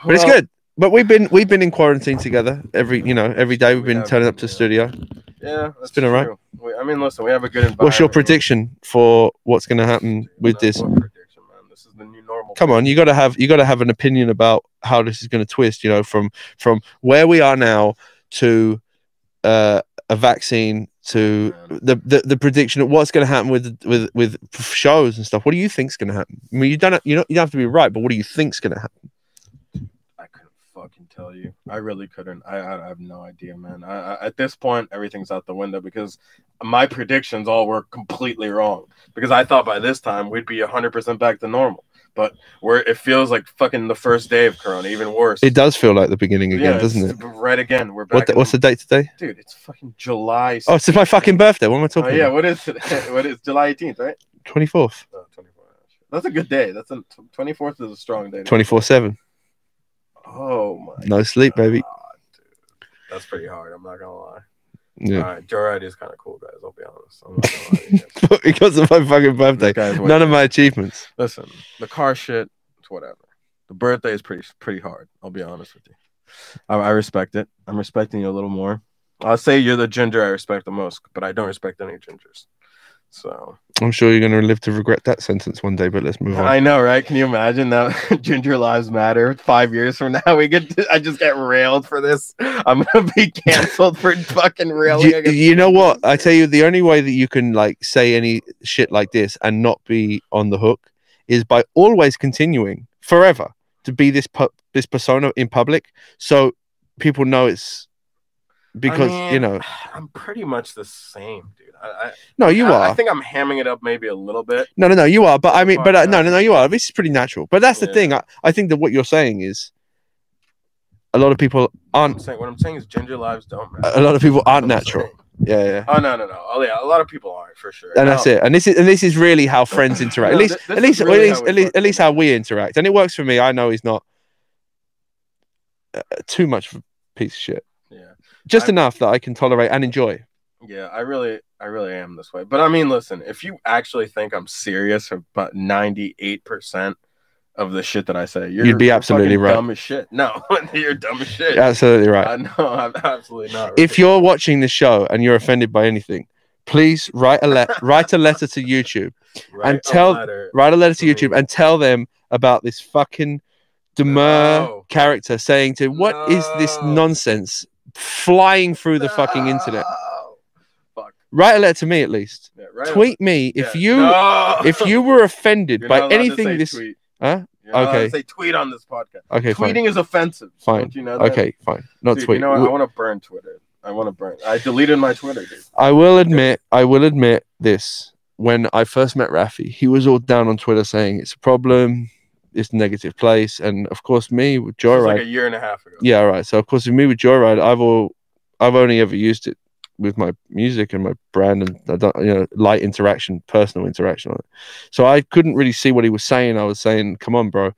but it's Well, good. But we've been we've been in quarantine together every you know every day. We've We been have turning been, up to the yeah. studio. Yeah, that's been alright. true. We, I mean, listen, we have a good. What's your environment. prediction for what's going to happen with That's this? one prediction, man. This is the new normal. Come on, you got to have you got to have an opinion about how this is going to twist. You know, from from where we are now to uh, a vaccine to the, the the prediction of what's going to happen with with with shows and stuff. What do you think's going to happen? I mean, you don't you don't you don't have to be right, but what do you think's going to happen? I couldn't fucking tell you. I really couldn't. I, I, I have no idea, man. I, I, at this point, everything's out the window because my predictions all were completely wrong. Because I thought by this time we'd be 100% back to normal. But we're, it feels like fucking the first day of Corona, even worse. It does feel like the beginning again, it's doesn't it? Right again. We're back. What the, in- what's the date today? Dude, it's fucking July. Oh, it's my fucking birthday. What am I Oh, talking yeah, about? what is it? what is July 18th, right? Twenty fourth, Oh, 24. That's a good day. That's a 24th is a strong day. twenty four seven. Oh my No sleep, baby. God, dude. That's pretty hard. I'm not gonna lie. Yeah, All right, Joyride is kind of cool, guys. I'll be honest. I'm not gonna lie to you guys. because of my fucking birthday. This guy's way- None of my achievements. Listen, the car shit, it's whatever. The birthday is pretty pretty hard. I'll be honest with you. I, I respect it. I'm respecting you a little more. I'll say you're the ginger I respect the most, but I don't respect any gingers. So I'm sure you're going to live to regret that sentence one day. But let's move on. I know, right? Can you imagine that Ginger Lives Matter five years from now? We get to, I just get railed for this. I'm gonna be canceled for fucking railing. you, against- you know what? I tell you, the only way that you can like say any shit like this and not be on the hook is by always continuing forever to be this pu- this persona in public, so people know it's because I you mean, know. I'm pretty much the same, dude. I, I, No, you I- are. I think I'm hamming it up maybe a little bit. no, no, no, you are. But I mean, Fuck but uh, that. no, no, no, you are. This is pretty natural. But that's the Yeah. thing. I, I think that what you're saying is a lot of people aren't. I'm saying what I'm saying is ginger lives don't matter. A lot of people aren't That's what I'm natural. Yeah, yeah. saying. Oh no, no, no. Oh yeah, a lot of people aren't for sure. and that's it. And this is and this is really how friends interact. No, at least, thi- this at least, is really at least, how at we least, at fucking least how we interact. And it works for me. I know he's not uh, too much of a piece of shit. Yeah, Just I'm- enough that I can tolerate and enjoy. yeah. I really, I really am this way. But I mean, listen, if you actually think I'm serious about 98 percent of the shit that I say, you're, You'd be you're absolutely fucking right. Dumb as shit. No, you're dumb as shit. Absolutely right. I know. I'm absolutely not. If you're watching the show and you're offended by anything, please write a let write a letter to YouTube. Write and a tell- letter. Write a letter to Mhm. YouTube and tell them about this fucking demure No. character saying to what is this No. nonsense flying through the fucking internet? No. Fuck. Write a letter to me at least. Yeah, right tweet me if Yeah. you No. if you were offended You're not by allowed to say anything this Tweet. huh You're not allowed to Okay. Say tweet on this podcast. okay Tweeting fine is offensive. Fine. Don't you know that? okay fine not Dude, tweet You know what? I W- want to burn Twitter. I want to burn. I deleted my Twitter, dude. i will admit i will admit this when i first met rafi he was all down on twitter saying it's a problem it's a negative place and of course me with This was joyride like a year and a half ago. yeah all right so of course with me with joyride i've all i've only ever used it with my music and my brand and I don't, you know light interaction personal interaction on it so i couldn't really see what he was saying i was saying come on bro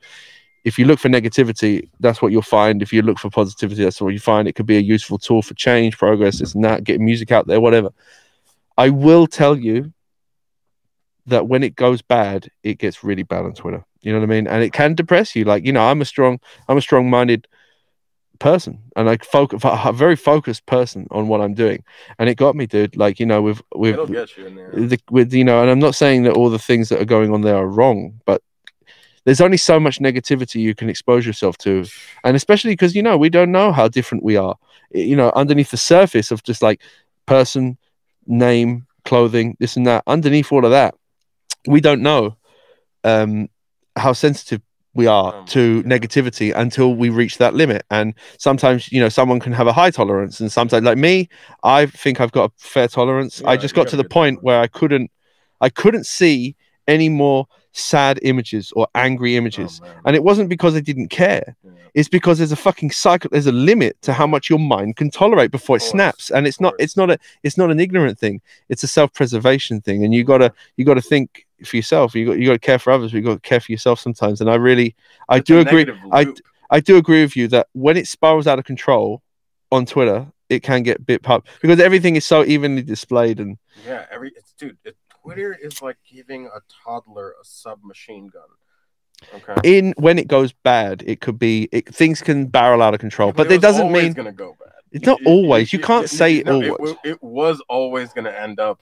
if you look for negativity that's what you'll find if you look for positivity that's what you find it could be a useful tool for change progress this and that getting music out there whatever i will tell you that when it goes bad it gets really bad on twitter you know what i mean and it can depress you like you know i'm a strong i'm a strong minded person and like focus a very focused person on what i'm doing and it got me dude like you know with with It'll get you in there. the, with you know, and I'm not saying that all the things that are going on there are wrong, but there's only so much negativity you can expose yourself to, and especially because you know we don't know how different we are. I- You know, underneath the surface of just like person, name, clothing, this and that, underneath all of that, we don't know um, how sensitive we are Um, to yeah. negativity until we reach that limit. And sometimes, you know, someone can have a high tolerance, and sometimes, like me, I think I've got a fair tolerance. I Yeah, just you got got to a the good point tolerance. where I couldn't, I couldn't see any more sad images or angry images. Oh, man. and it wasn't because I didn't care. Yeah. It's because there's a fucking cycle. There's a limit to how much your mind can tolerate before it Of course, snaps. And it's of not. course. It's not a. It's not an ignorant thing. It's a self-preservation thing. And you gotta. You gotta think for yourself. You got. You gotta care for others. But you gotta care for yourself sometimes. And I really. I It's a do agree. negative I- loop. I do agree with you that when it spirals out of control on Twitter, it can get a bit pub because everything is so evenly displayed and Yeah, every it's dude. It, Twitter is like giving a toddler a submachine gun. Okay. in when it goes bad, it could be it, things can barrel out of control. Yeah, but it it was doesn't always mean gonna go bad. it's not It- it- always. You it- can't it- say no, always. It, wa- it was always gonna end up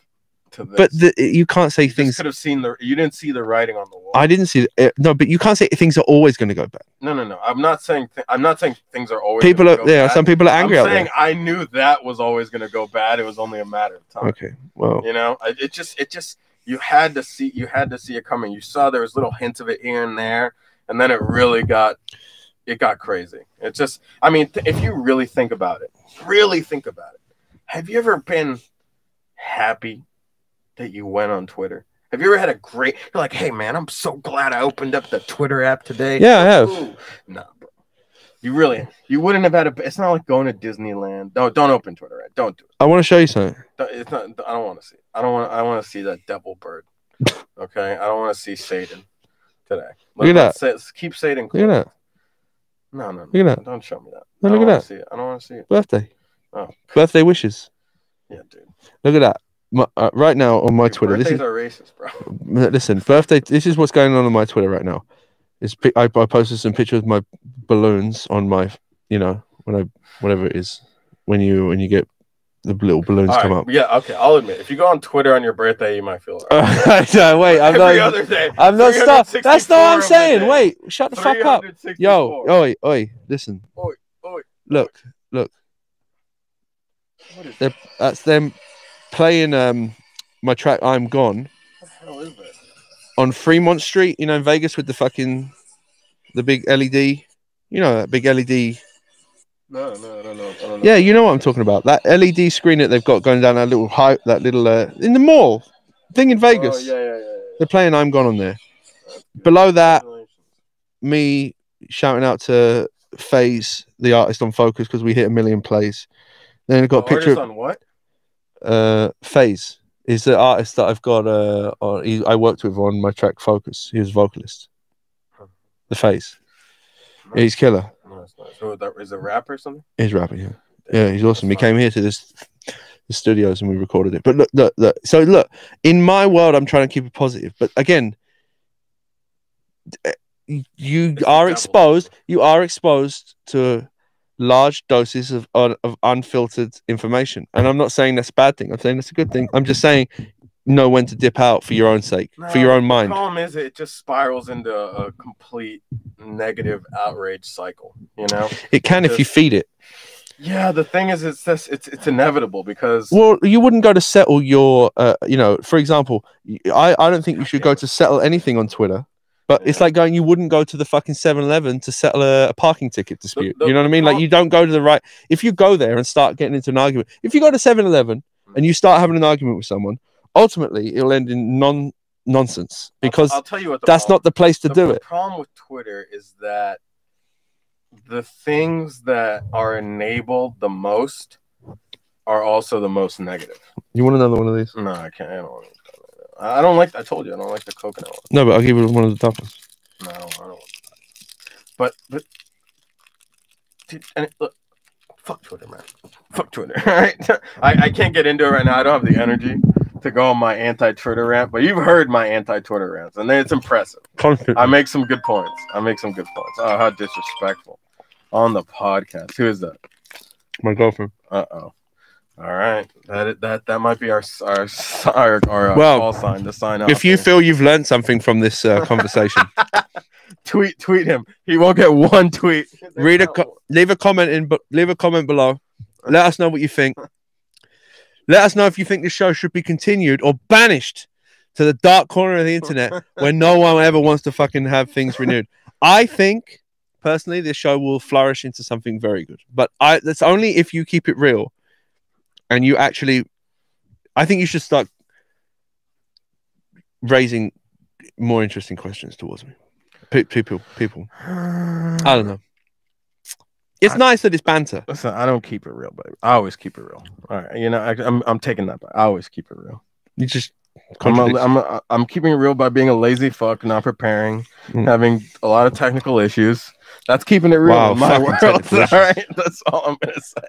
to this. But the, you can't say you things. could have seen the. You didn't see the writing on the wall. I didn't see. It. No, but you can't say things are always going to go bad. no, no, no. I'm not saying. Th- I'm not saying things are always. People gonna are go yeah. bad. Some people are angry I'm out saying I knew that was always going to go bad. It was only a matter of time. there. Okay. Well, You know, I- it just, it just, you had to see, you had to see it coming. You saw there was little hints of it here and there, and then it really got, it got crazy. It just, I mean, th- if you really think about it, really think about it, have you ever been happy that you went on Twitter? Have you ever had a great? You're like, hey man, I'm so glad I opened up the Twitter app today. Yeah, I have. Ooh. No, bro. You really, you wouldn't have had a. It's not like going to Disneyland. No, don't open Twitter. app. Don't do it. I want to show you something. Don't- It's not. I don't want to see. it. I don't want. I want to see that devil bird. Okay, I don't want to see Satan today. Look at let's say- keep Satan. Look at that. No, no, no. Look at that. Don't show me that. No, look I don't at wanna that. See it. I don't want to see it. Birthday. Oh. Birthday wishes. Yeah, dude. Look at that. My, uh, right now on my Your Twitter, this Birthdays is are racist, bro. listen. Birthday. This is what's going on on my Twitter right now. Is pi- I, I posted some pictures of my balloons on my you know when I whatever it is when you when you get the little balloons All come right. up. Yeah, okay. I'll admit. If you go on Twitter on your birthday, you might feel. all right. no, wait, I'm not. Every other day. I'm not stuff. That's not what I'm 364 of the saying. day. Wait, shut the fuck up. 364. Yo, oi, oi, listen. Oi, oi, Look, What is They're- that's them playing um my track I'm Gone What the hell is that? on Fremont Street, you know, in Vegas with the fucking the big LED. You know that big E LED. No, no, I don't know. I don't know. Yeah, you know what I'm talking about. That LED screen that they've got going down that little high that little uh, in the mall thing in Vegas. Oh, yeah, yeah, yeah, yeah, They're playing I'm Gone on there. yeah. Below that, Congratulations. me shouting out to FaZe, the artist on Focus, because we hit a million plays. Then I got a Oh, picture artist on what? uh phase is the artist that i've got uh on, he, i worked with on my track focus he was vocalist the phase yeah, he's killer No, it's not. So that is a rap or something? he's rapping yeah yeah he's awesome he came here to this the studios and we recorded it but look look look so look in my world i'm trying to keep it positive but again eh, you It's the are devil. exposed you are exposed to large doses of, un- of unfiltered information and i'm not saying that's a bad thing i'm saying that's a good thing i'm just saying know when to dip out for your own sake for your No, own The mind problem is it just spirals into a complete negative outrage cycle. You know? it can if you feed it Yeah. The thing is, it's this. It's it's inevitable because well you wouldn't go to settle your uh, you know for example y- i i don't think you should go to settle anything on twitter but it's Yeah. like going you wouldn't go to the fucking 7-eleven to settle a, a parking ticket dispute the you know what i mean like prob- you don't go to the right if you go there and start getting into an argument if you go to 7-eleven and you start having an argument with someone ultimately it'll end in non nonsense I'll- because I'll, tell you what. The that's problem- not the place to the, do the it problem with Twitter is that the things that are enabled the most are also the most negative. you want another one of these No, I can't. I don't, want it. I don't like. I told you, I don't like the coconut one. no but i'll give you one of the top ones No, I don't. want that. But but, dude, and it, look, fuck Twitter, man. Fuck Twitter. All right, I, I can't get into it right now. I don't have the energy to go on my anti-Twitter rant. But you've heard my anti-Twitter rants, and it's impressive. Confident. I make some good points. I make some good points. Oh, how disrespectful on the podcast. Who is that? my girlfriend Uh oh. All right, that that that might be our our our, our uh, Well, call sign to sign up. if you feel you've learned something from this uh, conversation tweet tweet him, he won't get one tweet. Read a co- leave a comment in but leave a comment below let us know what you think let us know if you think the show should be continued or banished to the dark corner of the internet where no one ever wants to fucking have things renewed i think personally this show will flourish into something very good but i that's only if you keep it real and you actually i think you should start raising more interesting questions towards me Pe- people people I don't know. It's I- nice that it's banter. Listen, I don't keep it real, baby. I always keep it real. All right, you know, I, I'm I'm taking that back. I always keep it real. You just I'm a, contradict- I'm a, I'm keeping it real by being a lazy fuck, not preparing, Mm. having a lot of technical issues. That's keeping it real Wow, in my fucking world. technical All issues. right, that's all I'm gonna say.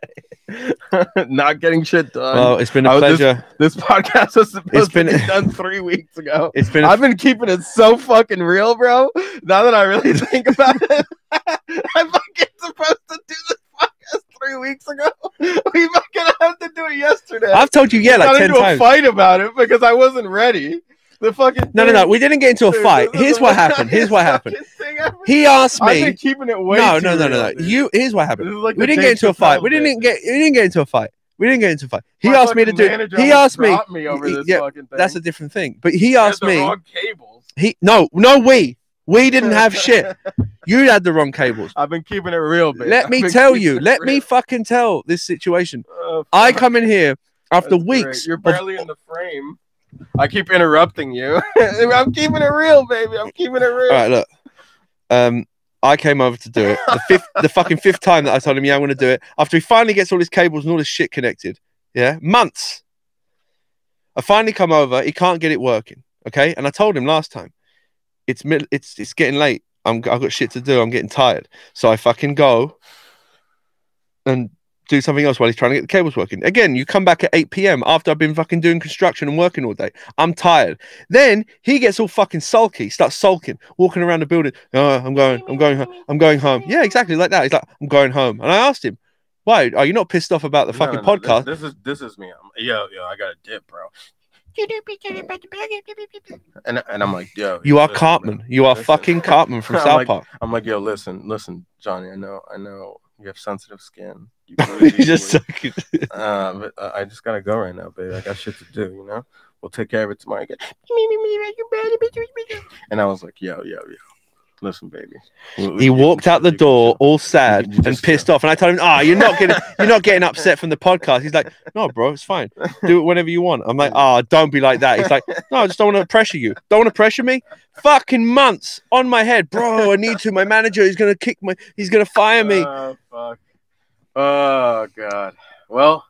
not getting shit done. well, it's been a I was just- pleasure. this podcast was supposed It's been- to be done three weeks ago. It's been. A, I've been keeping it so fucking real, bro. Now that I really think about it, I'm fucking supposed to do this podcast three weeks ago. We fucking have to do it yesterday. I've told you, yeah, like got 10 into a times. fight about it because I wasn't ready. The fucking No, no, no. dude- We didn't get into a dude, fight. this is Here's the what happened. Here's what happened. fucking thing ever. He asked I've me. been keeping it way. No, too no, no, no, no. real, dude. You. Here's what happened. This is like we the didn't Dave get into a fight. Chappelle We didn't bit. get. We didn't get into a fight. We didn't get into a fight. He My asked me to fucking do. manager He almost asked me. dropped over y- this yeah, fucking thing. That's a different thing. But he He had asked the me. wrong cables. He no, no. We we didn't have shit. You had the wrong cables. I've been keeping it real, man. Let me tell you. Let me fucking tell this situation. I come in here after weeks. You're of- barely in the frame. I keep interrupting you. I'm keeping it real, baby. I'm keeping it real. all right, look. Um, I came over to do it. The fifth, the fucking fifth time that I told him, yeah, I'm going to do it. After he finally gets all his cables and all his shit connected, yeah, months. I finally come over. He can't get it working. Okay, and I told him last time, it's mid, it's it's getting late. I'm I've got shit to do. I'm getting tired. So I fucking go and do something else while he's trying to get the cables working. Again, you come back at 8 p.m. after I've been fucking doing construction and working all day. I'm tired. Then he gets all fucking sulky, starts sulking, walking around the building. Oh, I'm going, I'm going home, I'm going home. Yeah, exactly like that. He's like, I'm going home. And I asked him, why are you not pissed off about the No, no, fucking no, podcast? this- This, is this is me. I'm, yo, yo, I got a dip, bro. And and I'm like, yo, You are listen, Cartman. You are Listen. fucking Cartman from I'm South like- Park. bro. I'm like, yo, listen, listen, Johnny. I know, I know, you have sensitive skin. You You really just suck. uh, but uh, I just gotta go right now, baby. I got shit to do, you know. We'll take care of it tomorrow. Again. And I was like, yo, yo, yo, listen, baby. We- we- He walked out the you can chill. door all sad You and can just pissed off, and I told him, "Ah, you're not getting, you're not getting upset from the podcast." He's like, "No, bro, it's fine. Do it whenever you want." I'm like, "Ah, don't be like that." He's like, "No, I just don't want to pressure you. Don't want to pressure me." Fucking months on my head, bro. I need to. My manager is gonna kick my. He's gonna fire me. Oh fuck. Oh god. Well,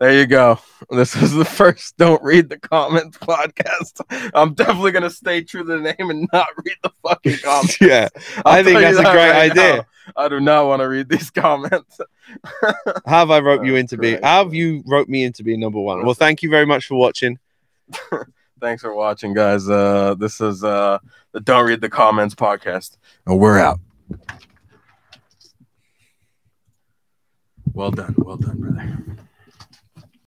there you go. This is the first "Don't Read the Comments" podcast. I'm definitely gonna stay true to the name and not read the fucking comments. yeah, I I'll think tell you that's a that great right idea. now. I do not want to read these comments. How have I rope you Oh, into being? Christ. How have you rope me into being number one? Well, thank you very much for watching. Thanks for watching, guys. Uh, this is uh, the "Don't Read the Comments" podcast, and we're out. Well done, well done, brother.